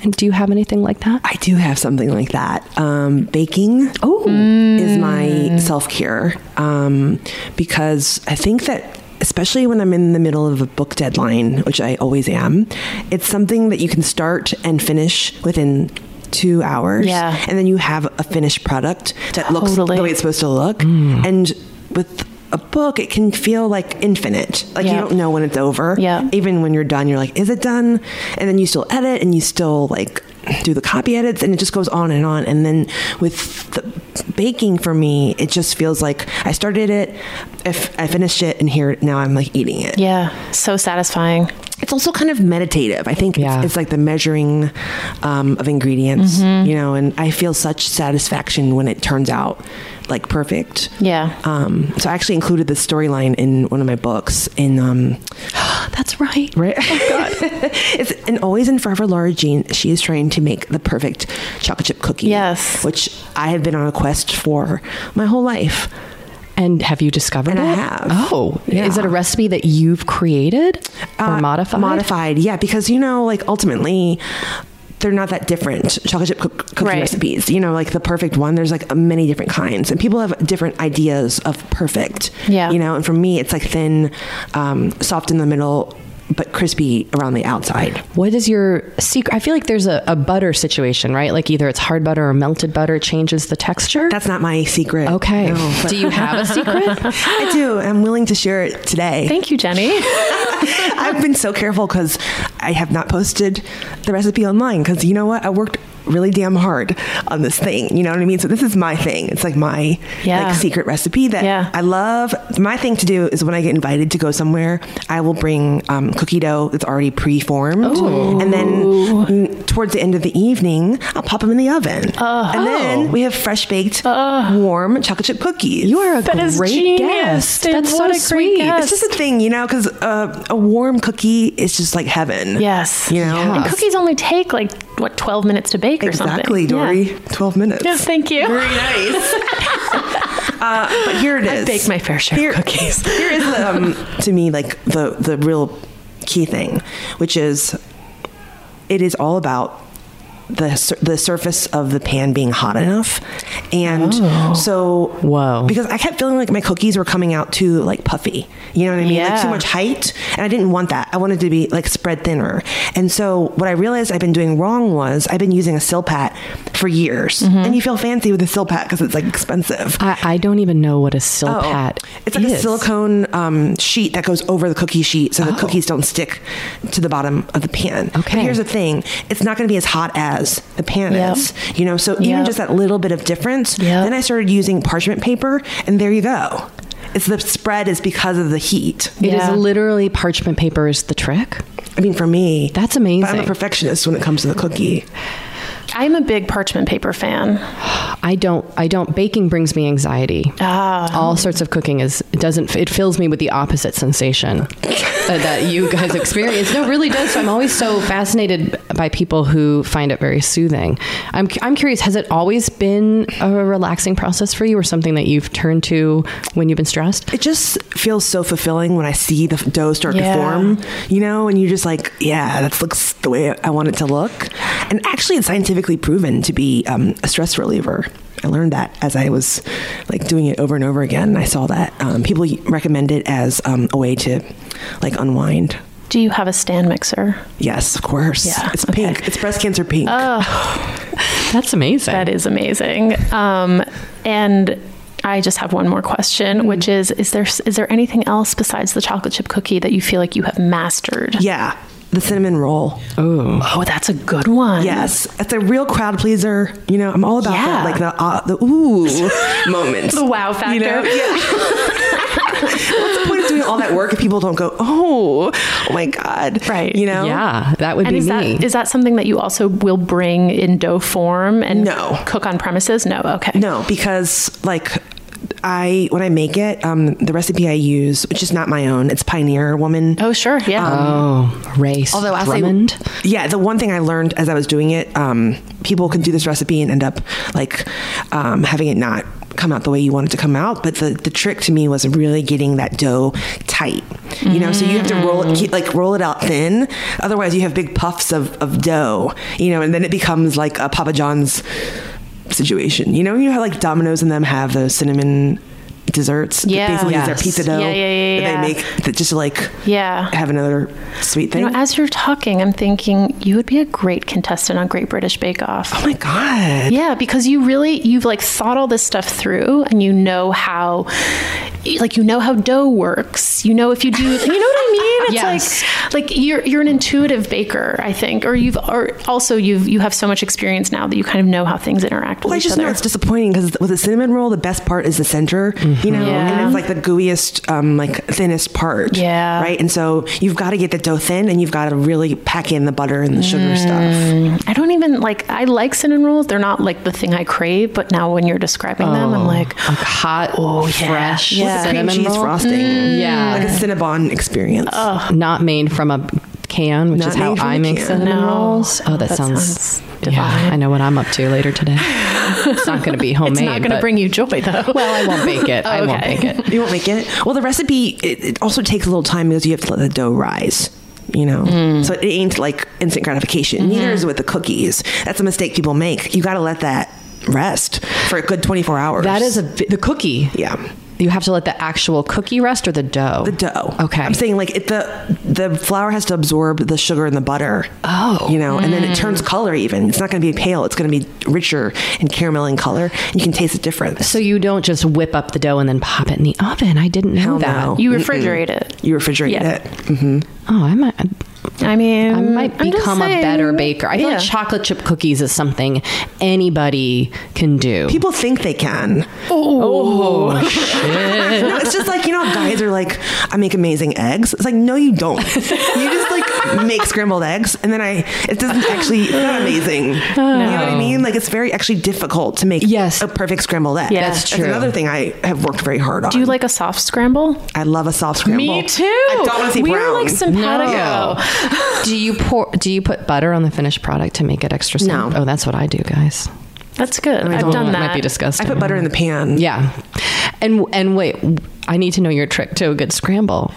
A: And do you have anything like that?
F: I do have something like that. Um, baking oh. is my self care um, because I think that. Especially when I'm in the middle of a book deadline, which I always am, it's something that you can start and finish within two hours.
B: Yeah.
F: And then you have a finished product that looks
B: Totally. Mm.
F: the way it's supposed to look. And with a book, it can feel like infinite. Like you
B: Yeah.
F: don't know when it's over.
B: Yeah.
F: Even when you're done, you're like, is it done? And then you still edit and you still like do the copy edits and it just goes on and on. And then with the baking for me, it just feels like I started it, I, f- I finished it, and here now I'm like eating it.
B: Yeah, so satisfying.
F: It's also kind of meditative. I think
A: Yeah.
F: it's, it's like the measuring um, of ingredients, you know, and I feel such satisfaction when it turns out like perfect.
B: Yeah.
F: Um, so I actually included this storyline in one of my books in um,
A: That's right. Oh,
F: Right? it's an always and forever Laura Jean. She is trying to make the perfect chocolate chip cookie.
B: Yes.
F: Which I have been on a quest for my whole life.
A: And have you discovered
F: And
A: it?
F: I have.
A: Oh,
F: Yeah.
A: is it a recipe that you've created or
F: Uh,
A: modified?
F: Modified, yeah, because you know, like ultimately. They're not that different chocolate chip cook- cookie
B: Right.
F: recipes. You know, like the perfect one. There's like many different kinds, and people have different ideas of perfect.
B: Yeah.
F: You know, and for me, it's like thin, um, soft in the middle, but crispy around the outside.
A: What is your secret? I feel like there's a, a butter situation, right? Like either it's hard butter or melted butter changes the texture.
F: That's not my secret.
A: okay.
F: No, but-
A: Do you have a secret?
F: I do. I'm willing to share it today.
B: Thank you, Jenny.
F: I've been so careful because I have not posted the recipe online because you know what? I worked really damn hard on this thing. You know what I mean? So this is my thing. It's like my
B: Yeah.
F: like secret recipe that
B: Yeah.
F: I love. My thing to do is when I get invited to go somewhere, I will bring um, cookie dough that's already pre-formed, and then mm, towards the end of the evening, I'll pop them in the oven, and then we have fresh baked, warm chocolate chip cookies.
A: You are a
B: That is
A: great
B: genius,
A: guest.
B: Dave.
A: That's so
B: What a great
A: sweet.
B: guest.
F: It's just a thing, you know, because uh, a warm cookie is just like heaven.
B: Yes.
F: You know?
B: And cookies only take like what twelve minutes to bake
F: Exactly,
B: or something. Yeah.
F: Dory. 12 minutes.
B: Yes, thank you.
F: Very nice. uh, but here it is.
B: bake my fair share of cookies.
F: here is, um, to me, like the, the real key thing, which is it is all about the sur- the surface of the pan being hot enough, and so
A: Whoa.
F: because I kept feeling like my cookies were coming out too like puffy, you know what I mean, like too
B: Yeah.
F: much height, and I didn't want that. I wanted to be like spread thinner, and so what I realized I've been doing wrong was I've been using a silpat for years, and you feel fancy with a silpat because it's like expensive.
A: I, I don't even know what a silpat
F: Oh, It's like a
A: is. Oh.
F: silicone um, sheet that goes over the cookie sheet so the cookies don't stick to the bottom of the pan. But
A: Okay.
F: here's the thing it's not going to be as hot as the pan
B: Yep.
F: is. You know, so even
B: Yep.
F: just that little bit of difference.
B: Yep.
F: Then I started using parchment paper, and there you go. It's the spread is because of the heat.
A: It is
B: Yeah.
A: literally parchment paper is the trick.
F: I mean, for me,
A: That's
F: But I'm
A: amazing.
F: a perfectionist when it comes to the cookie.
B: I'm a big parchment paper fan.
A: I don't. I don't. Baking brings me anxiety.
F: Ah.
A: All sorts of cooking is it doesn't. It fills me with the opposite sensation that, that you guys experience. No, it really does. I'm always so fascinated by people who find it very soothing. I'm. cu- I'm curious. Has it always been a relaxing process for you, or something that you've turned to when you've been stressed?
F: It just feels so fulfilling when I see the dough start
B: Yeah.
F: to form, you know, and you're just like, yeah, that looks the way I want it to look. And actually, it's scientifically proven to be um, a stress reliever. I learned that as I was like doing it over and over again. I saw that um, people recommend it as um, a way to like unwind.
B: Do you have a stand mixer?
F: Yes, of course.
B: Yeah,
F: It's
B: okay. Oh.
F: pink. It's breast cancer pink.
A: That's amazing.
B: That is amazing. Um, and I just have one more
F: Mm-hmm.
B: question, which is: is there is there anything else besides the chocolate chip cookie that you feel like you have mastered?
F: yeah, the cinnamon roll.
B: Oh, that's a good one.
F: Yes, that's a real crowd pleaser. You know, I'm all about
B: Yeah.
F: that, like the uh, the ooh moments,
B: The wow factor.
F: You know? Yeah. What's the point of doing all that work if people don't go, oh, oh my god,
B: Right.
F: You know,
A: Yeah, that would
B: And
A: be
B: is that
A: me.
B: is that something that you also will bring in dough form and
F: No.
B: cook on premises? No. Okay.
F: No, because like I when I make it, um, the recipe I use, which is not my own, it's Pioneer Woman.
B: Oh, sure. Yeah.
F: Um,
A: oh, race.
F: Although I say-
A: Drummond.
F: yeah, the one thing I learned as I was doing it, um, people can do this recipe and end up like um, having it not come out the way you want it to come out. But the, the trick to me was really getting that dough tight. You know, so you have to roll it, keep, like roll it out thin. Otherwise, you have big puffs of, of dough. You know, and then it becomes like a Papa John's situation. You know, you know how like Domino's and them have those cinnamon desserts.
B: Yeah.
F: basically it's their
B: Yes.
F: pizza dough
B: Yeah, yeah, yeah,
F: that
B: yeah.
F: they make that just like
B: Yeah.
F: have another sweet thing.
B: You know, as you're talking, I'm thinking you would be a great contestant on Great British Bake Off.
F: oh my god.
B: Yeah, because you really you've like thought all this stuff through, and you know how, like you know how dough works. You know if you do, you know what I mean? It's
A: Yes.
B: like like you're you're an intuitive baker, I think, or you've or also you've you have so much experience now that you kind of know how things interact
F: Well,
B: with
F: I
B: each
F: just
B: other.
F: know it's disappointing because with a cinnamon roll, the best part is the center, you know,
B: Yeah.
F: and it's like the gooeyest, um, like thinnest part.
B: Yeah.
F: Right. And so you've got to get the dough thin and you've got to really pack in the butter and the sugar stuff.
B: Mm, I don't even like I like cinnamon rolls. They're not like the thing I crave, but now when you're describing them, I'm like,
A: Like hot, fresh
B: Yeah.
F: Oh, Cream
A: cinnamon
F: cheese
A: roll. Mm. Oh.
F: frosting.
A: Yeah.
F: Like a Cinnabon experience.
A: not made from a can, which
F: Not
A: is how
F: made from
A: I
F: a
A: make
F: can.
A: cinnamon
B: No.
A: rolls. Oh, that,
B: That
A: sounds,
B: sounds
A: yeah. I know what I'm up to later today. It's not going to be homemade.
B: it's not going to
A: but-
B: bring you joy though.
A: Well, I won't bake it. I won't
B: okay.
A: bake it.
F: You won't make it. Well, the recipe, it, it also takes a little time because you have to let the dough rise. You know, so it ain't like instant gratification. Neither is with the cookies. That's a mistake people make. You got to let that rest for a good 24 hours.
A: That is a bi- the cookie.
F: yeah.
A: You have to let the actual cookie rest or the dough.
F: the dough.
A: Okay.
F: I'm saying like it, the the flour has to absorb the sugar and the butter.
A: Oh.
F: You know, and then it turns color even. It's not going to be pale. It's going to be richer and caramel in color. And you can taste it different.
A: So you don't just whip up the dough and then pop it in the oven. I didn't know
F: Hell
A: that.
F: no.
B: You refrigerate it.
F: you refrigerate
B: Yeah.
F: it.
A: Oh, I might.
B: I mean,
A: I might
B: Mm, I'm just
A: become a
B: saying.
A: better baker. I feel like chocolate chip cookies is something anybody can do.
F: People think they can.
A: oh,
F: No, it's just like you know, guys are like, I make amazing eggs. It's like, no, you don't. you just like make scrambled eggs, and then I, it doesn't actually, it's not amazing. You know what I mean? Like, it's very actually difficult to make
A: Yes.
F: a perfect scrambled egg.
B: Yeah. That's
A: true.
F: another thing I have worked very hard on.
B: Do you like a soft scramble?
F: I love a soft scramble.
B: Me too.
F: I don't want to see
B: we
F: brown.
B: are like simpatico.
A: No. do you pour? Do you put butter on the finished product to make it extra? soft?
F: No.
A: Oh, that's what I do, guys.
B: That's good. I
A: Oh,
B: have done that.
A: Might be
F: I
A: disgusting.
F: put butter in the pan.
A: Yeah, and and wait, I need to know your trick to a good scramble.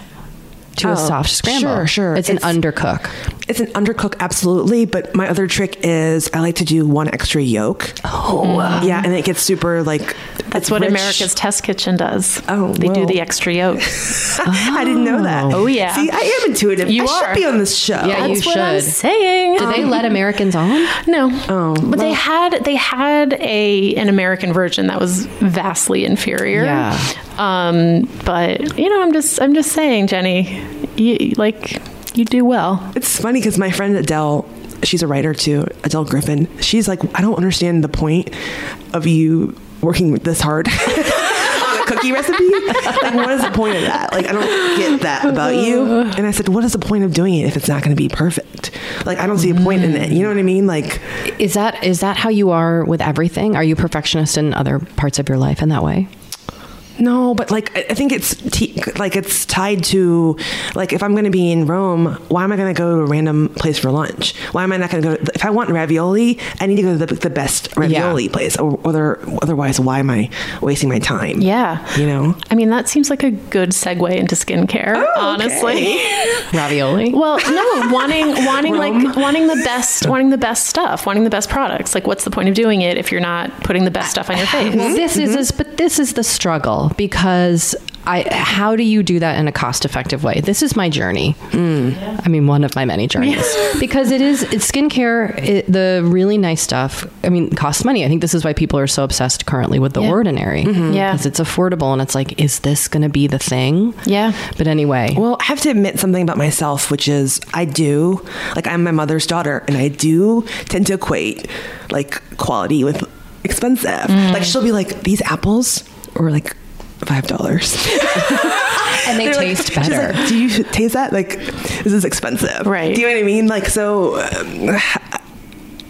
A: To a
F: Oh,
A: soft scramble.
F: sure, sure.
A: It's,
F: It's-
A: an undercook.
F: It's an undercook, absolutely. But my other trick is I like to do one extra yolk. Oh, yeah, and it gets super like.
B: That's what America's Test Kitchen does.
F: Oh,
B: they do
F: well.
B: the extra yolk.
F: I didn't know that.
B: Oh, yeah.
F: See, I am intuitive.
B: You
F: I
B: are.
F: should be on this show.
A: Yeah, you
B: That's what I'm
A: should.
B: saying.
A: Do they let Americans on?
B: no. Oh, but they had they had a an American version that was vastly inferior.
A: Yeah.
B: Um, but you know, I'm just I'm just saying, Jenny, you, like you do well.
F: It's funny because my friend Adele, she's a writer too, Adele Griffin. She's like, I don't understand the point of you working this hard on a cookie. turkey recipe? Like, what is the point of that? Like, I don't get that about you. And I said, what is the point of doing it if it's not going to be perfect? Like, I don't see a point in it. You know what I mean? Like,
A: Is that is that how you are with everything? Are you perfectionist in other parts of your life in that way?
F: No, but like I I think it's t- like it's tied to like if I'm going to be in Rome, why am I going to go to a random place for lunch? Why am I not going to go? If I want ravioli, I need to go to the, the best ravioli place. Or, other, otherwise, why am I wasting my time?
B: Yeah.
F: you know.
B: I mean, that seems like a good segue into skincare, honestly.
A: Ravioli.
B: Well, no, wanting wanting like wanting the best wanting the best stuff, wanting the best products. Like what's the point of doing it if you're not putting the best stuff on your
F: Mm-hmm.
B: face?
A: This is this, but this is the struggle because I. How do you do that in a cost-effective way? This is my journey.
F: Mm.
A: I mean, one of my many journeys because it is it's skincare. It, the really nice stuff. I mean, costs money. I think this is why people are so obsessed currently with the ordinary.
F: Mm-hmm.
B: Yeah.
A: because it's affordable and it's like, is this going to be the thing?
B: Yeah.
A: But anyway,
F: Well, I have to admit something about myself, which is I do, like, I'm my mother's daughter, and I do tend to equate, like, quality with expensive.
A: Mm.
F: Like, she'll be like, these apples were like $5.
A: and they
F: They're like-
A: taste
F: she's
A: better.
F: like, do you taste that? Like, this is expensive.
B: Right.
F: Do you know what I mean? Like, so. Um,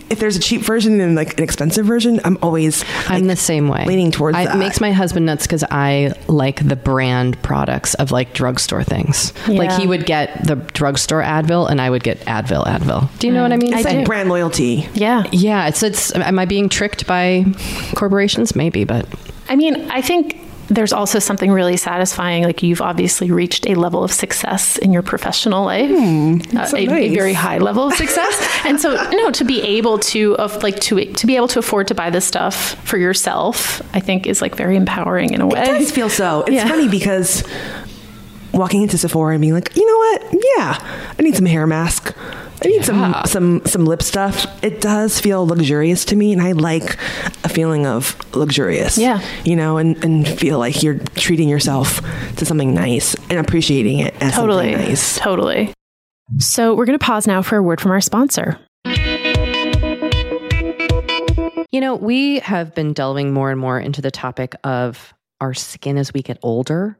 F: if there's a cheap version and like an expensive version, I'm always
A: I'm
F: like,
A: the same way.
F: leaning towards
A: I- It
F: that.
A: makes my husband nuts because I like the brand products of like drugstore things. Like
B: Yeah.
A: he would get the drugstore Advil, and I would get Advil Advil. Do you know what Mm. I mean?
F: it's like brand loyalty.
B: Yeah.
A: yeah, it's it's. Am I being tricked by corporations? Maybe, but
B: I mean, I think there's also something really satisfying. Like you've obviously reached a level of success in your professional life, Uh,
F: Hmm, so
B: a, a
F: nice.
B: very high level of success. and so, no, to be able to of like to to be able to afford to buy this stuff for yourself, I think is like very empowering in a way.
F: It does feel so. It's
B: Yeah.
F: funny because walking into Sephora and being like, you know what? Yeah, I need some hair mask. I need some some some lip stuff. It does feel luxurious to me, and I like a feeling of luxurious.
B: Yeah.
F: you know, and and feel like you're treating yourself to something nice and appreciating it as
B: Totally.
F: something nice.
B: Totally. So we're going to pause now for a word from our sponsor.
A: You know, we have been delving more and more into the topic of our skin as we get older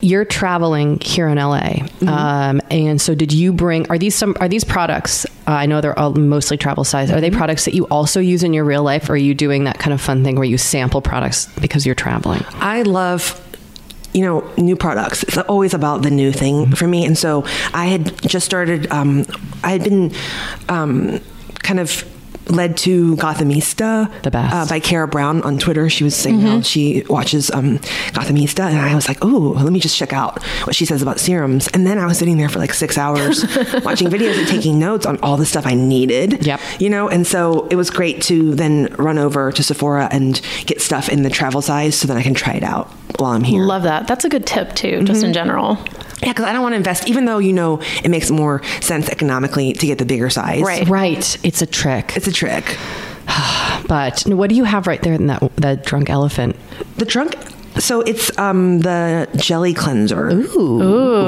A: You're traveling here in LA, um, and so did you bring? Are these some? Are these products? Uh, I know they're all mostly travel size. Are they products that you also use in your real life? Or are you doing that kind of fun thing where you sample products because you're traveling?
F: I love you know new products it's always about the new
A: Mm-hmm.
F: thing for me and so i had just started um, i had been um, kind of led to gothamista
A: The best. Mm-hmm.
F: uh, by kara brown on twitter she was saying how she watches um, gothamista and i was like oh let me just check out what she says about serums and then i was sitting there for like six hours watching videos and taking notes on all the stuff i needed
A: Yep.
F: you know and so it was great to then run over to sephora and get stuff in the travel size so that i can try it out while i'm here
B: Love that. That's a good tip too, just
F: Mm-hmm.
B: in general.
F: yeah, because I don't want to invest, even though you know it makes more sense economically to get the bigger size.
B: Right.
A: Right, it's a trick.
F: It's a trick.
A: But what do you have right there in that that drunk elephant?
F: The trunk. So it's um, the jelly cleanser. Ooh.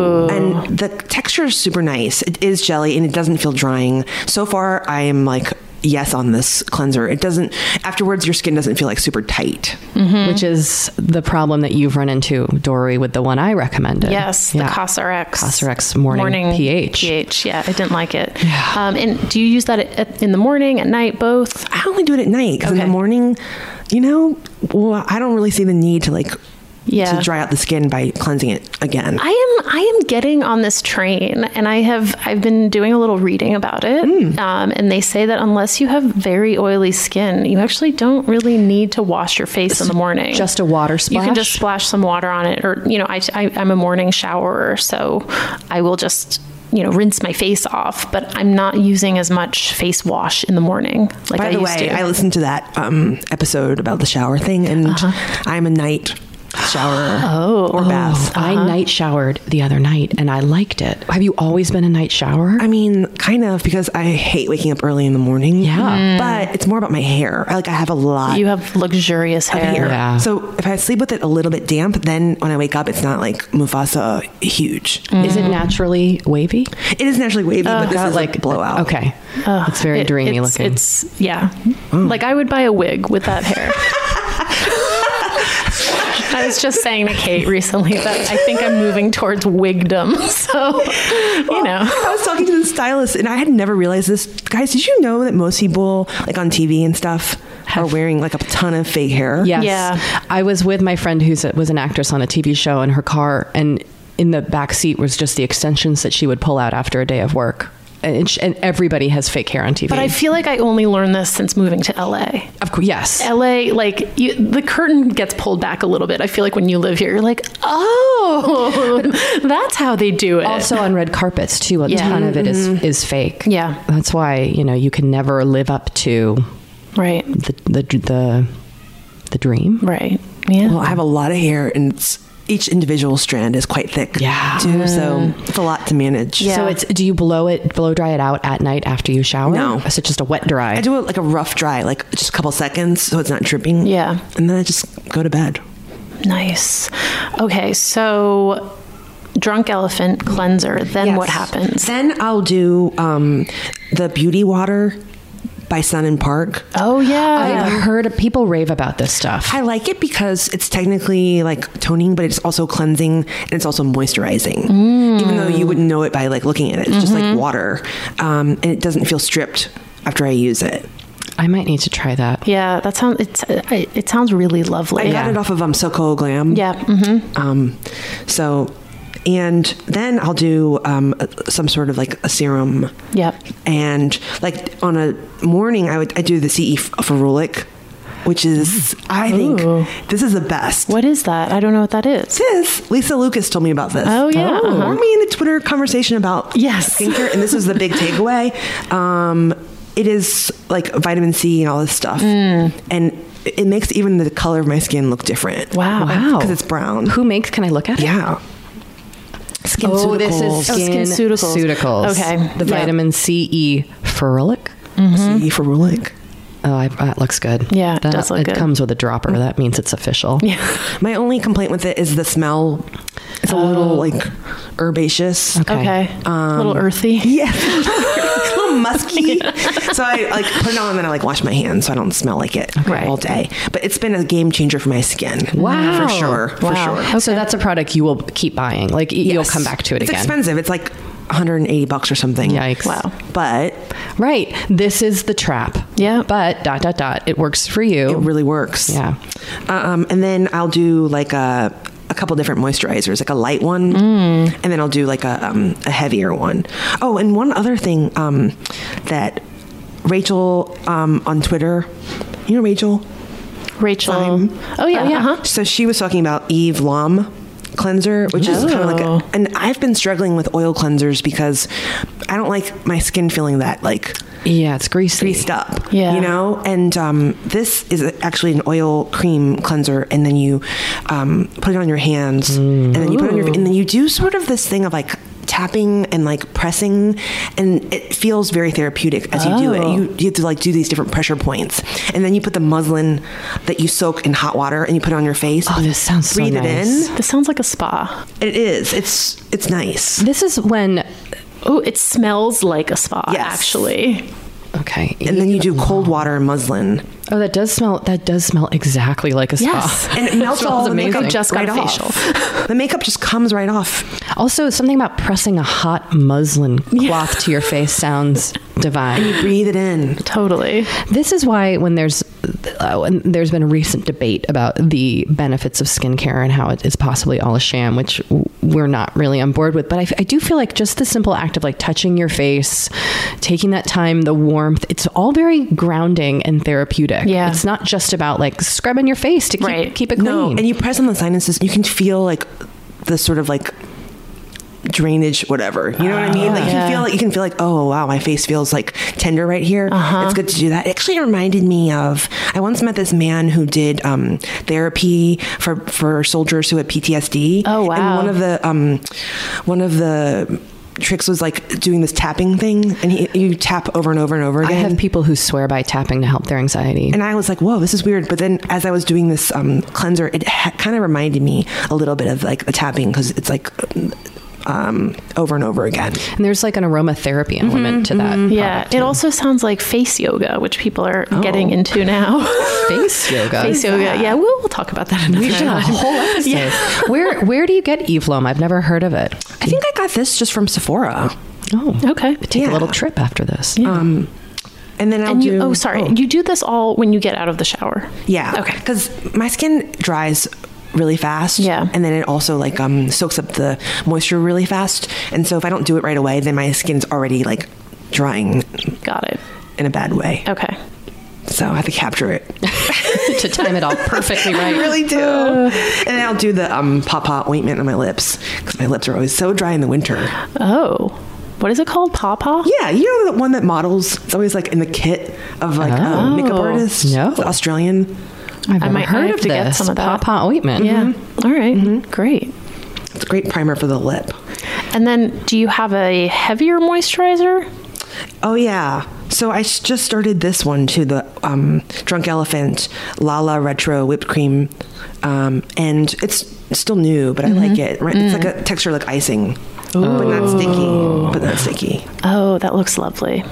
F: And the texture is super nice. It is jelly and it doesn't feel drying. So far, I am like, yes, on this cleanser. It doesn't, afterwards, your skin doesn't feel like super tight.
B: Mm-hmm.
A: which is the problem that you've run into, Dory, with the one I recommended.
B: Yes, the CosRx.
A: CosRx morning pH.
B: pH. Yeah, I didn't like it. Um, and do you use that at, at- in the morning, at night, both?
F: I only do it at night because in
B: Okay.
F: the morning, you know, well, I don't really see the need to like,
B: Yeah.
F: to dry out the skin by cleansing it again.
B: I am I am getting on this train, and I have I've been doing a little reading about it, um, and they say that unless you have very oily skin, you actually don't really need to wash your face in the morning.
A: Just a water
B: you
A: splash.
B: can just splash some water on it, or you know, I, I I'm a morning showerer, so I will just you know rinse my face off, but I'm not using as much face wash in the morning like
F: By
B: I
F: the
B: used
F: way,
B: to.
F: I listened to that um, episode about the shower thing, and
B: Uh-huh.
F: I'm a night shower
B: Oh.
F: or bath.
A: Oh, I
B: Uh-huh.
A: night showered the other night and I liked it. Have you always been a night shower?
F: I mean, kind of because I hate waking up early in the morning. Mm.
A: Yeah.
F: but it's more about my hair. I, like I have a lot
B: Mm. you have luxurious
F: of
B: hair.
F: hair,
A: Yeah.
F: so if I sleep with it a little bit damp, then when I wake up, it's not like Mufasa huge.
B: Mm-hmm.
A: Is it naturally wavy?
F: It is naturally wavy, but
B: Uh-huh.
F: this is like blowout.
A: Okay. it's very
B: It-
A: dreamy
B: it's,
A: looking.
B: It's yeah. Like I would buy a wig with that hair. I was just saying to Kate recently that I think I'm moving towards wigdom. So, you know,
F: I was talking to the stylist, and I had never realized this. Guys, did you know that most people, like on TV and stuff, are wearing like a ton of fake hair?
A: Yes.
B: Yeah.
A: I was with my friend who was an actress on a TV show in her car, and in the back seat was just the extensions that she would pull out after a day of work. And, sh- and everybody has fake hair on TV.
B: but I feel like I only learned this since moving to LA.
A: of course, yes.
B: LA, like you, the curtain gets pulled back a little bit. I feel like when you live here, you're like, oh, that's how they do it.
A: also on red carpets too a ton of it is is fake
B: Yeah.
A: that's why you know you can never live up to
B: right,
A: the the the, the dream
B: right, yeah.
F: Well, I have a lot of hair, and it's, each individual strand is quite thick.
A: Yeah.
F: too. So it's a lot to manage.
A: so it's do you blow it blow dry it out at night after you shower
F: No.
A: is it just a wet dry
F: I do it like a rough dry, like just a couple seconds, so it's not dripping.
B: Yeah.
F: and then I just go to bed.
B: Nice. Okay, so drunk elephant cleanser. Then what happens?
F: Then I'll do um, the beauty water by Sun and Park.
B: oh yeah.
A: i've heard people rave about this stuff
F: I like it because it's technically like toning, but it's also cleansing and it's also moisturizing. Even though you wouldn't know it by like looking at it, it's just like water, um, and it doesn't feel stripped after I use it.
A: i might need to try that
B: yeah, that sounds it's I- it sounds really
F: I
B: lovely.
F: got it off of um, Soco Glam.
B: yeah. Mm-hmm.
F: Um, so, and then I'll do um, some sort of like a serum.
B: Yep.
F: And like on a morning, I would I do the E CE ferulic, which is I think
B: Ooh.
F: this is the best.
B: What is that? I don't know what that is.
F: This Lisa Lucas told me about this.
B: Oh, yeah. Oh.
F: Weren't we in a Twitter conversation about
B: Yes.
F: skincare? And this is the big takeaway. Um, it is like vitamin C and all this stuff, and it makes even the color of my skin look different.
A: Wow. Wow.
F: Because it's brown.
A: Who makes? Can I look at it?
F: Yeah. Skin
A: Oh, this is
B: Oh,
A: skin
B: SkinCeuticals.
A: SkinCeuticals.
B: Okay.
A: The
B: Yeah.
A: vitamin C E ferulic.
F: C for ruling.
A: Oh, I, that looks good.
B: Yeah, it
A: that,
B: does look
A: it
B: good.
A: comes with a dropper. That means it's official. Yeah.
F: My only complaint with it is the smell. It's a little like herbaceous.
A: Okay.
B: Okay.
A: Um,
B: a little earthy.
F: Yeah, it's a little musky. so I like put it on and then I like wash my hands so I don't smell like it all day. But it's been a game changer for my skin.
A: Wow.
F: for sure, for
A: Wow.
F: sure.
A: So that's a product you will keep buying. Like y- you'll come back to it
F: it's
A: again.
F: expensive. It's like 180 bucks or something.
A: Yikes. Wow.
F: But
A: Right. This is the trap.
B: Yeah.
A: But dot dot dot. It works for
F: it
A: you.
F: really works.
A: yeah.
F: Um, and then I'll do like a, a couple different moisturizers, like a light one, and then I'll do like a, um, a heavier one. Oh, and one other thing um, that Rachel um, on Twitter, you know Rachel?
B: Rachel. Oh yeah,
F: Uh-huh.
B: yeah. huh
F: So she was talking about Eve Lom cleanser, which is kind of like,
B: Oh.
F: a, and I've been struggling with oil cleansers because I don't like my skin feeling that like
A: Yeah. It's greasy.
F: greased up.
B: Yeah.
F: You know? And um, this is actually an oil cream cleanser, and then you um, put it on your hands, and then you put it on your, and then you do sort of this thing of like, tapping and like pressing and it feels very therapeutic as you do it
A: Oh.
F: you, you have to like do these different pressure points and then you put the muslin that you soak in hot water and you put it on your face
A: Oh, this sounds so
F: breathe
A: nice.
F: it
B: This sounds like a spa.
F: in it is it's it's nice
A: This is when.
B: Oh, it smells like a spa.
F: Yes.
B: Actually,
A: Okay.
F: and then you do cold water and muslin
A: Oh, that does smell. That does smell exactly like a
B: Yes.
A: spa.
F: and it melts all
A: Smells
F: the
A: amazing.
F: makeup
B: Just got
F: right
B: a
F: off. the makeup just comes right off
A: Also, something about pressing a hot muslin cloth to your face sounds divine.
F: breathe it in.
B: totally.
A: This is why when there's uh, when there's been a recent debate about the benefits of skincare and how it is possibly all a sham, which w- we're not really on board with. But I, f- I do feel like just the simple act of like touching your face, taking that time, the warmth, it's all very grounding and therapeutic.
B: Yeah.
A: it's not just about like scrubbing your face to keep,
B: Right.
A: keep it clean.
F: No, and you press on the sinuses, you can feel like the sort of like drainage, whatever. You know what I mean? Like you can feel like you can feel like, oh wow, my face feels like tender right here. It's good to do that. It actually reminded me of I once met this man who did um, therapy for for soldiers who had PTSD.
B: Oh,
F: And
B: wow.
F: one of the um, one of the tricks was like doing this tapping thing, and he, you tap over and over and over
A: I
F: again.
A: have people who swear by tapping to help their anxiety.
F: And I was like, whoa, this is weird. But then as I was doing this um, cleanser, it ha- kind of reminded me a little bit of like the tapping because it's like um, over and over again.
A: And there's like an aromatherapy element to that.
B: Mm-hmm, Yeah. It also sounds like face yoga, which people are
F: Oh.
B: getting into now.
A: Face yoga.
B: face yoga. Yeah, we'll, we'll talk about that another
A: We've done a
B: time.
A: whole episode. Where where do you get Evlom? I've never heard of it.
F: I think I got this just from Sephora.
A: Oh,
B: Okay.
A: Take a
F: Yeah.
A: little trip after this.
F: Um, and then I'll
B: And
F: do.
B: you, oh, sorry. You do this all when you get out of the shower.
F: Yeah.
B: Okay.
F: Because my skin dries really fast.
B: Yeah.
F: And then it also like um, soaks up the moisture really fast. And so if I don't do it right away, then my skin's already like drying
B: Got it.
F: in a bad way.
B: Okay.
F: So I have to capture it.
A: to time it all perfectly right.
F: I really do. And then I'll do the um, papa ointment on my lips because my lips are always so dry in the winter.
B: Oh, what is it called? Pawpaw?
F: Yeah, you know the one that models. It's always like in the kit of like a makeup artist.
A: No.
F: It's Australian.
A: I've
B: I
A: never
B: might- I
A: heard
B: have
A: of
B: to get
A: this.
B: some of that.
A: Pawpaw ointment.
B: Yeah. All right. Great.
F: It's a great primer for the lip.
B: And then, do you have a heavier moisturizer?
F: Oh yeah. So I s- just started this one too, the um, Drunk Elephant Lala Retro Whipped Cream, um, and it's still new, but I like it. Right? It's like a texture like icing, but not sticky. But not sticky.
B: Oh, that looks lovely.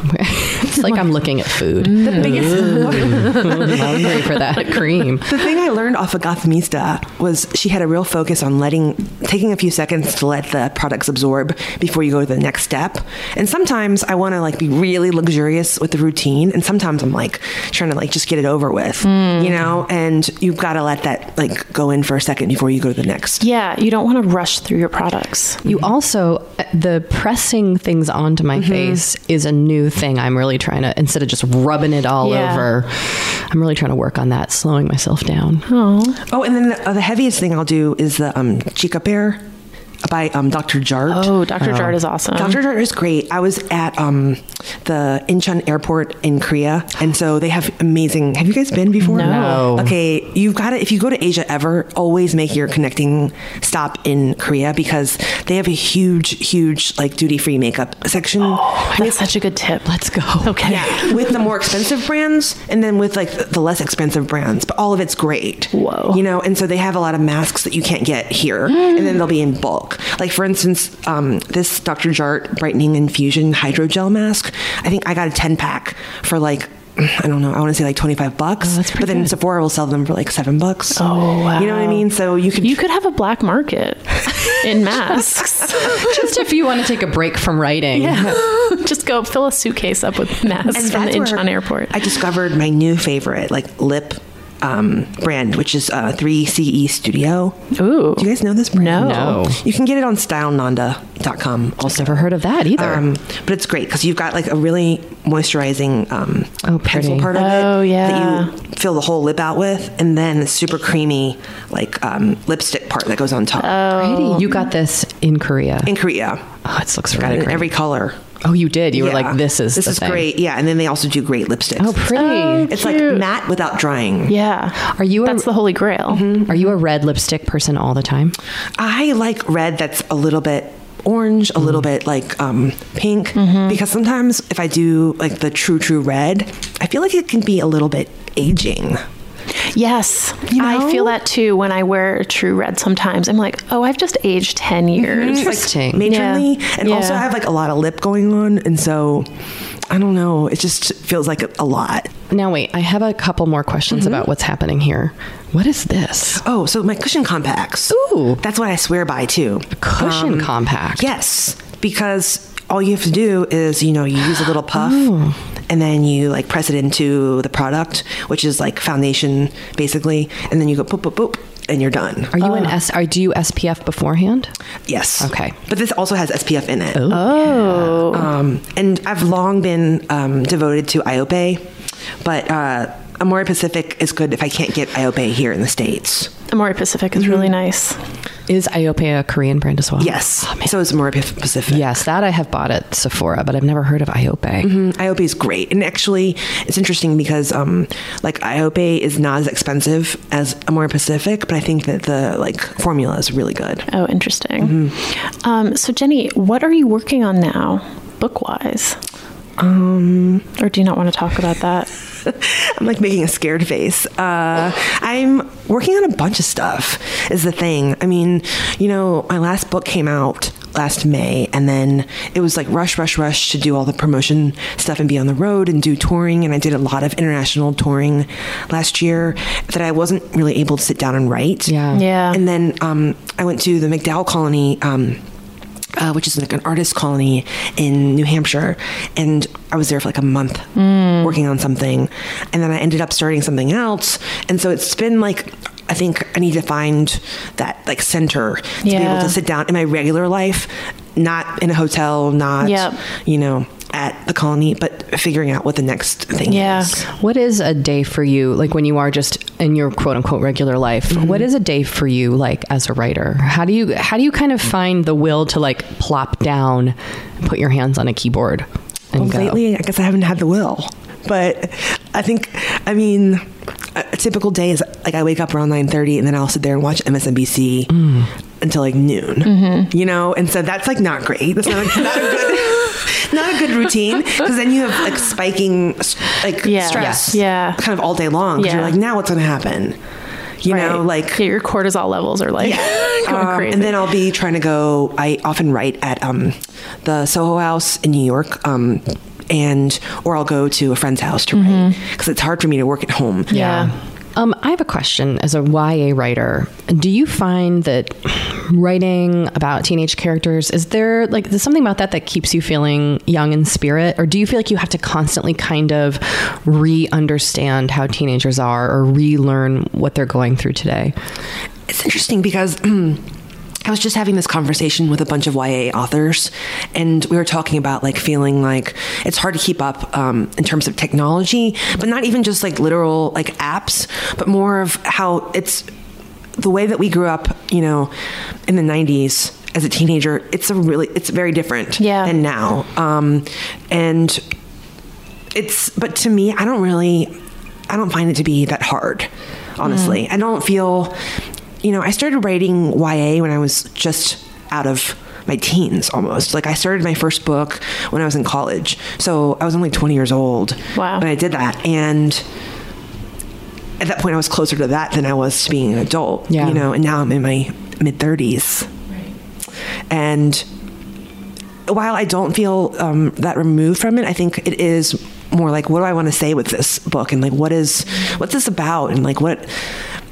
A: it's like I'm looking at food.
B: Mm.
A: The biggest. hungry for that cream.
F: The thing I learned off of Gothamista was she had a real focus on letting, taking a few seconds to let the products absorb before you go to the next step. And sometimes I want to like be really luxurious with the routine, and sometimes I'm like trying to like just get it over with, you know. And you've got to let that like go in for a second before you go to the next.
B: Yeah, you don't want to rush through your products.
A: You also, uh, the pressing things onto
B: Mm-hmm.
A: my face is a new thing. I'm really trying to, instead of just rubbing it all
B: Yeah.
A: over, I'm really trying to work on that, slowing myself down.
F: Oh, and then the, uh, the heaviest thing I'll do is the um, chica pear. by um, Dr. Jart.
B: Oh, Dr. Jart is awesome.
F: Dr. Jart is great. I was at um, the Incheon Airport in Korea, and so they have amazing. Have you guys been before?
A: No. No.
F: Okay, you've got to. If you go to Asia ever, always make your connecting stop in Korea because they have a huge, huge like duty free makeup section.
B: Oh, That's such a good tip. Let's go. Okay.
F: with the more expensive brands and then with like the less expensive brands but all of it's great
B: Whoa.
F: you know and so they have a lot of masks that you can't get here and then they'll be in bulk like for instance um, this dr jart brightening infusion hydrogel mask i think i got a 10 pack for like I don't know. I want to say like twenty five bucks, but then Sephora will sell them for like seven bucks. Oh wow! You know what I mean? So you could
B: You could have a black market in masks.
A: Just if you want to take a break from writing.
B: yeah. Just go fill a suitcase up with masks from the
F: that's where
B: Incheon airport.
F: I discovered my new favorite, like lip um, brand, which is uh, 3CE Studio.
B: Ooh.
F: Do you guys know this brand?
B: No.
A: No.
F: You can get it on stylenanda.com.
A: I've never heard of that either.
F: Um, but it's great because you've got like a really moisturizing um,
A: Oh,
F: pencil
A: pretty.
F: part of it
B: Oh, yeah.
F: that you fill the whole lip out with, and then the super creamy like um, lipstick part that goes on top.
A: Pretty. Um, You got this in Korea.
F: In Korea,
A: Oh, it looks
F: got
A: really
F: it in
A: great.
F: every color.
A: oh, you did. You were
F: Yeah.
A: like, this is
F: this
A: the
F: is
A: thing.
F: great. Yeah, and then they also do great lipsticks.
A: Oh, pretty.
F: it's like matte without drying.
B: Yeah.
A: Are you a-
B: That's the holy grail.
A: Are you a red lipstick person all the time?
F: I like red that's a little bit orange, a little bit like um, pink, because sometimes if I do like the true, true red, I feel like it can be a little bit aging.
B: Yes. I feel that too when I wear true red sometimes. I'm like, "Oh, I've just aged 10 years."
A: Interesting.
F: matronly. And also,
B: Yeah.
F: I have like a lot of lip going on. And so, I don't know. It just feels like a, a lot.
A: Now, wait, I have a couple more questions about what's happening here. What is this?
F: Oh, so my cushion compacts.
A: Ooh.
F: That's what I swear by too. Um,
A: Cushion compact.
F: Yes, because all you have to do is, you know, you use a little puff
A: Oh.
F: and then you like press it into the product, which is like foundation basically, and then you go boop boop boop and you're done.
A: Are you an S? Are do you SPF beforehand?
F: Yes.
A: Okay.
F: But this also has SPF in it.
B: Oh.
F: Um, and I've long been um, devoted to Iope, but uh, Amore Pacific is good if I can't get Iope here in the States.
B: Amore Pacific is really nice.
A: Is Iope a Korean brand as well?
F: Yes. so is Amore Pacific.
A: Yes, that I have bought at Sephora, but I've never heard of Iope.
F: IOPE is great. And actually, it's interesting because um, like IOPE is not as expensive as Amore Pacific, but I think that the like formula is really good.
B: Oh, interesting. Um, so, Jenny, what are you working on now, book wise? Um, or do you not want to talk about that?
F: I'm like making a scared face. Uh, I'm working on a bunch of stuff, is the thing. I mean, you know, my last book came out last May, and then it was like rush, rush, rush to do all the promotion stuff and be on the road and do touring. And I did a lot of international touring last year that I wasn't really able to sit down and write.
A: Yeah.
B: Yeah.
F: And then um, I went to the McDowell Colony. Um, uh, which is like an artist colony in New Hampshire. And I was there for like a month
B: Mm.
F: working on something. And then I ended up starting something else. And so it's been like, I think I need to find that like center to be able
B: Yeah.
F: to sit down in my regular life, not in a hotel, not,
B: Yep.
F: you know, at the colony, but figuring out what the next thing
B: Yeah.
F: is.
A: What is a day for you, like when you are just in your quote unquote regular life?
F: Mm-hmm.
A: what is a day for you, like as a writer? How do you how do you kind of find the will to like plop down, and put your hands on a keyboard, and
F: Well,
A: go?
F: lately, I guess I haven't had the will, but I think, I mean, a a typical day is like I wake up around nine thirty, and then I'll sit there and watch MSNBC
B: Mm.
F: until like noon.
B: Mm-hmm.
F: You know, and so that's like not great. That's not, not a good, not a good routine because then you have like spiking s- like
B: Yeah.
F: stress,
B: Yeah.
F: kind of all day long. 'cause
B: Yeah.
F: You're like, now what's going to happen? You know,
B: Right.
F: like
B: Yeah, your cortisol levels are like going
F: um,
B: crazy.
F: And then I'll be trying to go. I often write at um, the Soho House in New York. Um, and or I'll go to a friend's house to write because it's hard for me to work at home.
B: Mm-hmm. yeah.
A: Um, I have a question as a YA writer. Do you find that writing about teenage characters is there like there's something about that that keeps you feeling young in spirit, or do you feel like you have to constantly kind of re-understand how teenagers are or relearn what they're going through today?
F: It's interesting because I was just having this conversation with a bunch of YA authors, and we were talking about like feeling like it's hard to keep up um, in terms of technology, but not even just like literal like apps, but more of how it's the way that we grew up, you know, in the 90s as a teenager, it's a really it's very different
B: Yeah.
F: than now. Um, and it's but to me, I don't really I don't find it to be that hard. Honestly, I don't feel you know I started writing YA when I was just out of my teens almost like i started my first book when i was in college so i was only 20 years old
B: Wow.
F: when i did that and at that point I was closer to that than I was to being an adult.
A: Yeah.
F: You know, and now I'm in my mid thirties. And while I don't feel um, that removed from it, I think it is more like what do I want to say with this book and like what is what's this about and like what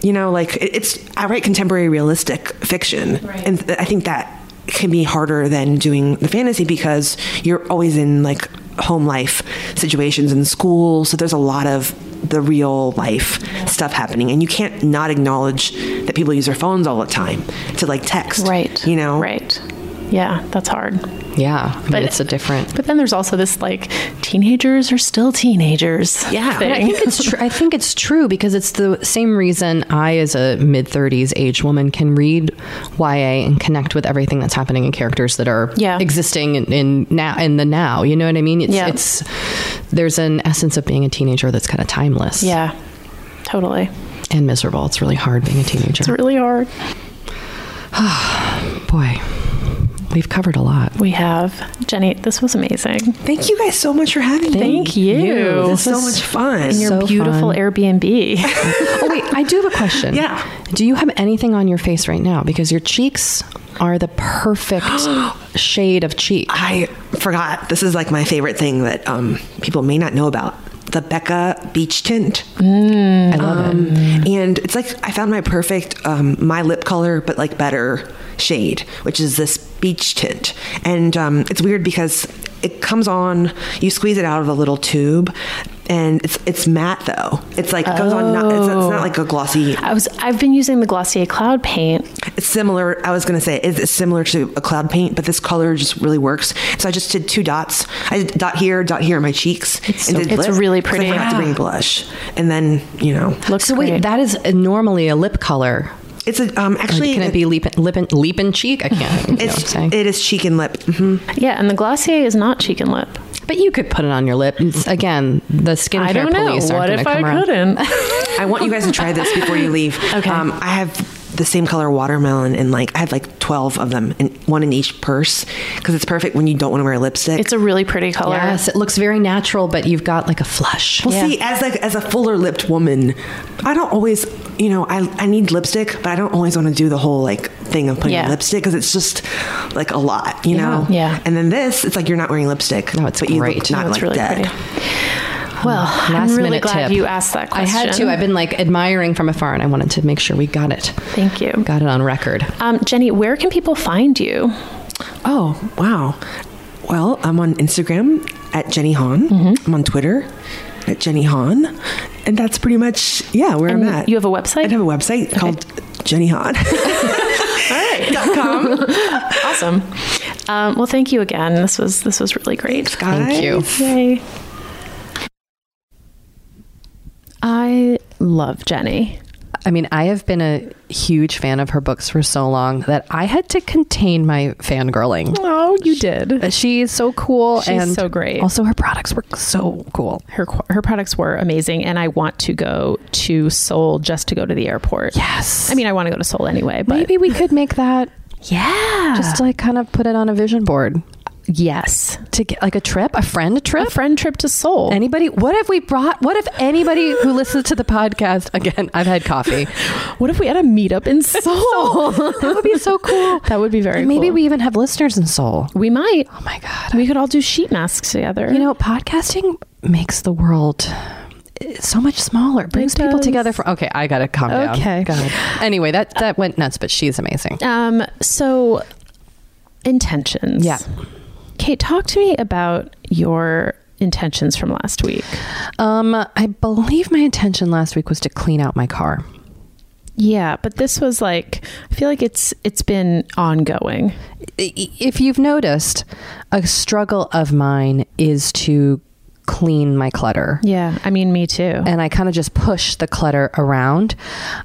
F: you know like it, it's I write contemporary realistic fiction and th- I think that can be harder than doing the fantasy because you're always in like home life situations in school so there's a lot of the real life stuff happening and you can't not acknowledge that people use their phones all the time to like text
B: Right.
F: you know
B: Right. Yeah, that's hard.
A: Yeah, I mean,
B: But-
A: it's a different.
B: But then there's also this like teenagers are still teenagers.
F: Yeah.
A: But I
B: Thing.
A: think it's true. I think it's true because it's the same reason I, as a mid 30s age woman, can read YA and connect with everything that's happening in characters that are
B: Yeah.
A: existing in, in now in the now. You know what I mean? It's,
B: Yeah.
A: it's there's an essence of being a teenager that's kind of timeless
B: Yeah. Totally.
A: and miserable. It's really hard being a teenager.
B: It's really hard.
A: Boy, we've covered a lot.
B: We have Jenny. This was amazing.
F: Thank you guys so much for having me.
B: Thank you.
A: you.
F: This is so much fun.
B: In your
A: so
B: beautiful
A: fun.
B: Airbnb.
A: Oh wait, I do have a question.
F: Yeah.
A: Do you have anything on your face right now? Because your cheeks are the perfect shade of cheek.
F: I forgot. This is like my favorite thing that um, people may not know about the Becca beach tint.
A: I love it.
F: Um, and it's like I found my perfect um, my lip color, but like better shade, which is this beach tint. And um, it's weird because it comes on. You squeeze it out of a little tube, and it's it's matte though. It's like it goes on. Not, it's, it's not like a glossy.
B: I was I've been using the Glossier Cloud Paint.
F: It's similar. I was gonna say it's it's similar to a cloud paint, but this color just really works. So I just did two dots. I did dot here, dot here on my cheeks. It's,
B: so- it's really pretty.
F: I forgot to bring blush, and then you know,
B: Looks
A: so wait,
B: great.
A: that is uh, normally a lip color.
F: it's a um actually
B: uh,
A: Can it be leap, lip, and, leap and cheek? I can't. You know what I'm
F: It's,
A: saying.
F: it is cheek and lip. hmm
B: yeah, and the Glossier is not cheek and lip.
A: but you could put it on your lip. It's- Again, the skincare
B: I don't know.
A: police
B: What
A: aren't
B: if
A: gonna
B: I
A: come around.
B: couldn't?
F: I want you guys to try this before you leave.
B: Okay.
F: Um, I have the same color watermelon, and like I have like twelve of them, and one in each purse, because it's perfect when you don't want to wear lipstick.
B: it's a really pretty color.
A: Yes, it looks very natural, but you've got like a flush.
F: Well, see, as like as a fuller lipped woman, I don't always, you know, I I need lipstick, but I don't always want to do the whole like thing of putting
B: Yeah.
F: on lipstick because it's just like a lot, you know.
B: Yeah.
F: And then this, it's like you're not wearing lipstick.
A: No, it's
F: but you
A: great.
F: look not
A: No,
B: It's
F: like
B: really
F: that.
B: pretty. Well,
A: Last
B: I'm really
A: minute
B: glad
A: tip.
B: you asked that question.
A: I had to. I've been like admiring from afar, and I wanted to make sure we got it.
B: Thank you.
A: Got it on record.
B: Um, Jenny, where can people find you?
F: Oh, wow. Well, I'm on Instagram at Jenny Hahn.
B: Mm-hmm.
F: I'm on Twitter at Jenny Hahn. And that's pretty much, yeah, where
B: And
F: I'm at.
B: you have a website?
F: I have a website called Jenny Hahn. Dot com.
B: Awesome. Um, well, thank you again. This was this was really great.
F: Thank
A: you.
B: Yay. I love Jenny.
A: I mean, I have been a huge fan of her books for so long that I had to contain my fangirling.
B: Oh, you did.
A: She is so cool
B: She's
A: and
B: so great.
A: Also, her products were so cool.
E: Her qu- her products were amazing, and I want to go to Seoul just to go to the airport.
A: Yes.
E: I mean, I want to go to Seoul anyway, but
A: maybe we could make that
E: yeah,
A: just like kind of put it on a vision board
E: yes,
A: to get like a trip, a friend trip.
E: a friend trip to Seoul.
A: Anybody, what if we brought, what if anybody who listens to the podcast, again, I've had coffee.
E: what if we had a meetup in Seoul?
A: that would be so cool.
E: That would be very.
A: And maybe
E: cool.
A: we even have listeners in Seoul.
E: we might.
A: Oh my God.
E: We could all do sheet masks together.
A: You know, podcasting makes the world eh, so much smaller. It brings people
E: does.
A: together for Okay, I gotta calm down.
E: Okay.
A: God. Anyway, that that went nuts, but she's amazing.
E: Um, so intentions.
A: Yeah.
E: Kate, talk to me about your intentions from last week.
A: Um, I believe my intention last week was to clean out my car.
E: Yeah, but this was like I feel like it's it's been ongoing.
A: I- i- If you've noticed, a struggle of mine is to clean my clutter.
E: Yeah, I mean me too.
A: and I kind of just push the clutter around.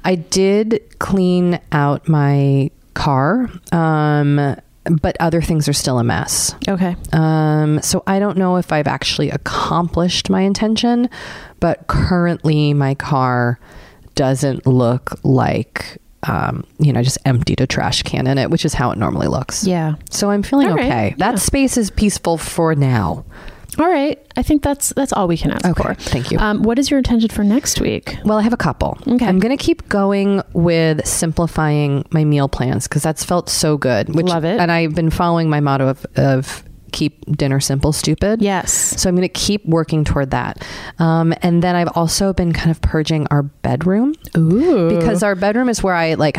A: I did clean out my car. Um, but other things are still a mess.
B: Okay.
A: Um, so I don't know if I've actually accomplished my intention, but currently my car doesn't look like, um, you know, I just emptied a trash can in it, which is how it normally looks.
B: Yeah.
A: So I'm feeling
B: All right.
A: okay. That space is peaceful for now.
B: All right. I think that's that's all we can ask
A: Okay,
B: for.
A: thank you.
B: Um, what is your intention for next week?
A: Well, I have a couple.
B: Okay.
A: I'm going to keep going with simplifying my meal plans because that's felt so good. Which,
B: Love it.
A: And I've been following my motto of, of keep dinner simple, stupid.
B: Yes.
A: So I'm going to keep working toward that. Um, and then I've also been kind of purging our bedroom
B: Ooh.
A: because our bedroom is where I like,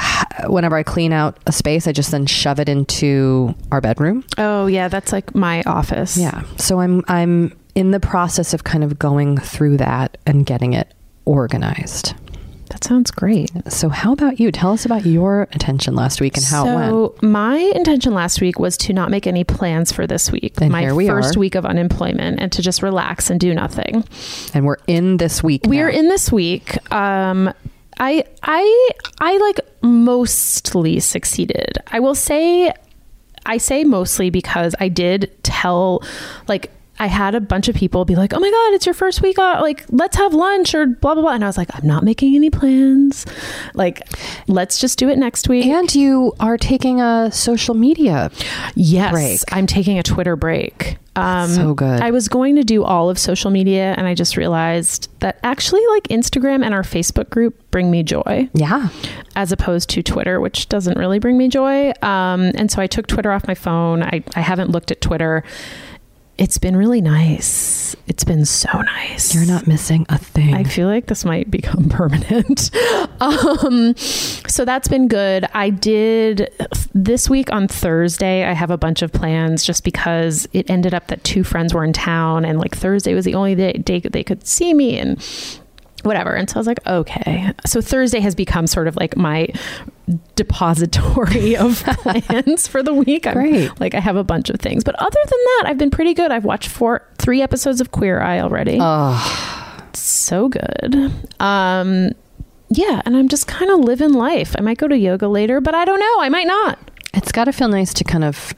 A: whenever I clean out a space, I just then shove it into our bedroom.
B: Oh yeah, that's like my office.
A: Yeah. So I'm, I'm in the process of kind of going through that and getting it organized.
B: That sounds great.
A: So, how about you? Tell us about your attention last week and how it went.
B: so my intention last week was to not make any plans for this week.
A: And
B: my
A: here we
B: first
A: are.
B: week of unemployment and to just relax and do nothing.
A: And we're in this week.
B: We
A: now.
B: are in this week. Um, I I I like mostly succeeded. I will say, I say mostly because I did tell, like. I had a bunch of people be like, "Oh my god, it's your first week off! Like, let's have lunch or blah blah blah." And I was like, "I'm not making any plans. Like, let's just do it next week."
A: And you are taking a social media.
B: Yes,
A: break.
B: I'm taking a Twitter break. Um,
A: so good.
B: I was going to do all of social media, and I just realized that actually, like Instagram and our Facebook group, bring me joy
A: Yeah.
B: as opposed to Twitter, which doesn't really bring me joy. Um, and so I took Twitter off my phone. I, I haven't looked at Twitter. It's been really nice. It's been so nice.
A: You're not missing a thing.
B: I feel like this might become permanent. um, so that's been good. I did this week on Thursday. I have a bunch of plans just because it ended up that two friends were in town, and like Thursday was the only day, day that they could see me, and whatever. And so I was like, okay. So Thursday has become sort of like my depository of plans for the week. I'm,
A: Great.
B: Like I have a bunch of things, but other than that, I've been pretty good. I've watched four, three episodes of Queer Eye already
A: oh,
B: so good. Um, yeah, and I'm just kind of living life. I might go to yoga later, but I don't know. I might not.
A: it's got to feel nice to kind of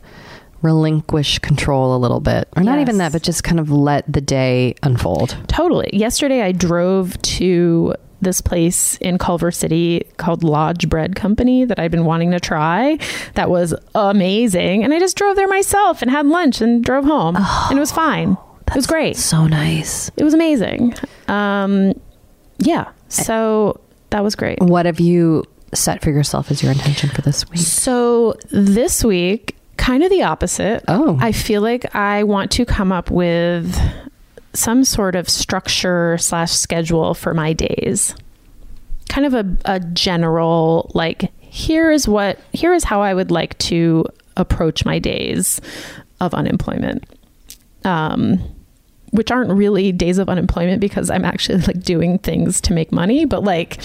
A: relinquish control a little bit. Or not
B: Yes.
A: even that, but just kind of let the day unfold.
B: Totally. Yesterday, I drove to this place in Culver City called Lodge Bread Company that I've been wanting to try. That was amazing, and I just drove there myself and had lunch and drove home, and it was fine. It was great.
A: So nice.
B: It was amazing. Um, yeah. So that was great.
A: What have you set for yourself as your intention for this week?
B: So this week, kind of the opposite.
A: Oh.
B: I feel like I want to come up with some sort of structure slash schedule for my days. Kind of a, a general, like, here is what, here is how I would like to approach my days of unemployment. Um, which aren't really days of unemployment because I'm actually like doing things to make money, but like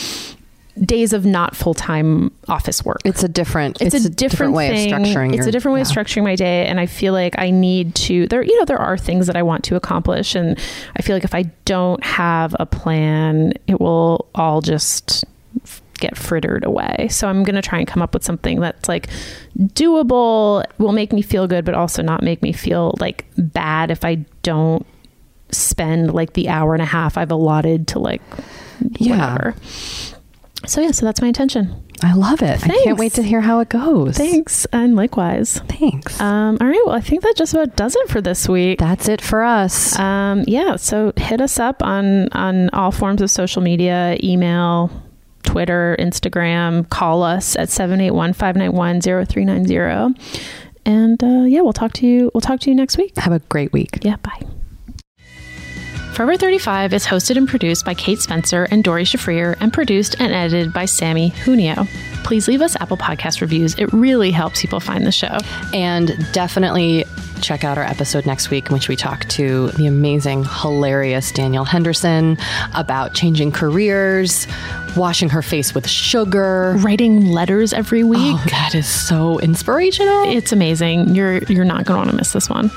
B: days of not full time office work
A: It's a different.
B: it's, a, different,
A: way
B: thing.
A: of structuring.
B: It's
A: your-
B: a different way of
A: yeah.
B: structuring my day, and I feel like I need to. There, you know, there are things that I want to accomplish, and I feel like if I don't have a plan, it will all just f- get frittered away. So I'm going to try and come up with something that's like doable, will make me feel good, but also not make me feel like bad if I don't spend like the hour and a half I've allotted to like
A: Yeah.
B: whatever. So yeah, so that's my intention.
A: I love it. I can't
B: Thanks.
A: wait to hear how it goes.
B: Thanks, and likewise.
A: Thanks.
B: Um, all right. Well, I think that just about does it for this week.
A: That's it for us.
B: Um, yeah. So hit us up on on all forms of social media, email, Twitter, Instagram. Call us at 781-591-0390. And uh, yeah, we'll talk to you. We'll talk to you next week.
A: Have a great week.
B: Yeah. Bye. Forever 35 is hosted and produced by Kate Spencer and Dory Shafrir and produced and edited by Sammy Junio. Please leave us Apple Podcast reviews. It really helps people find the show.
A: And definitely check out our episode next week in which we talk to the amazing, hilarious Danielle Henderson about changing careers, washing her face with sugar.
B: Writing letters every week.
A: Oh, that is so inspirational.
B: It's amazing. You're you're not going to want to miss this one.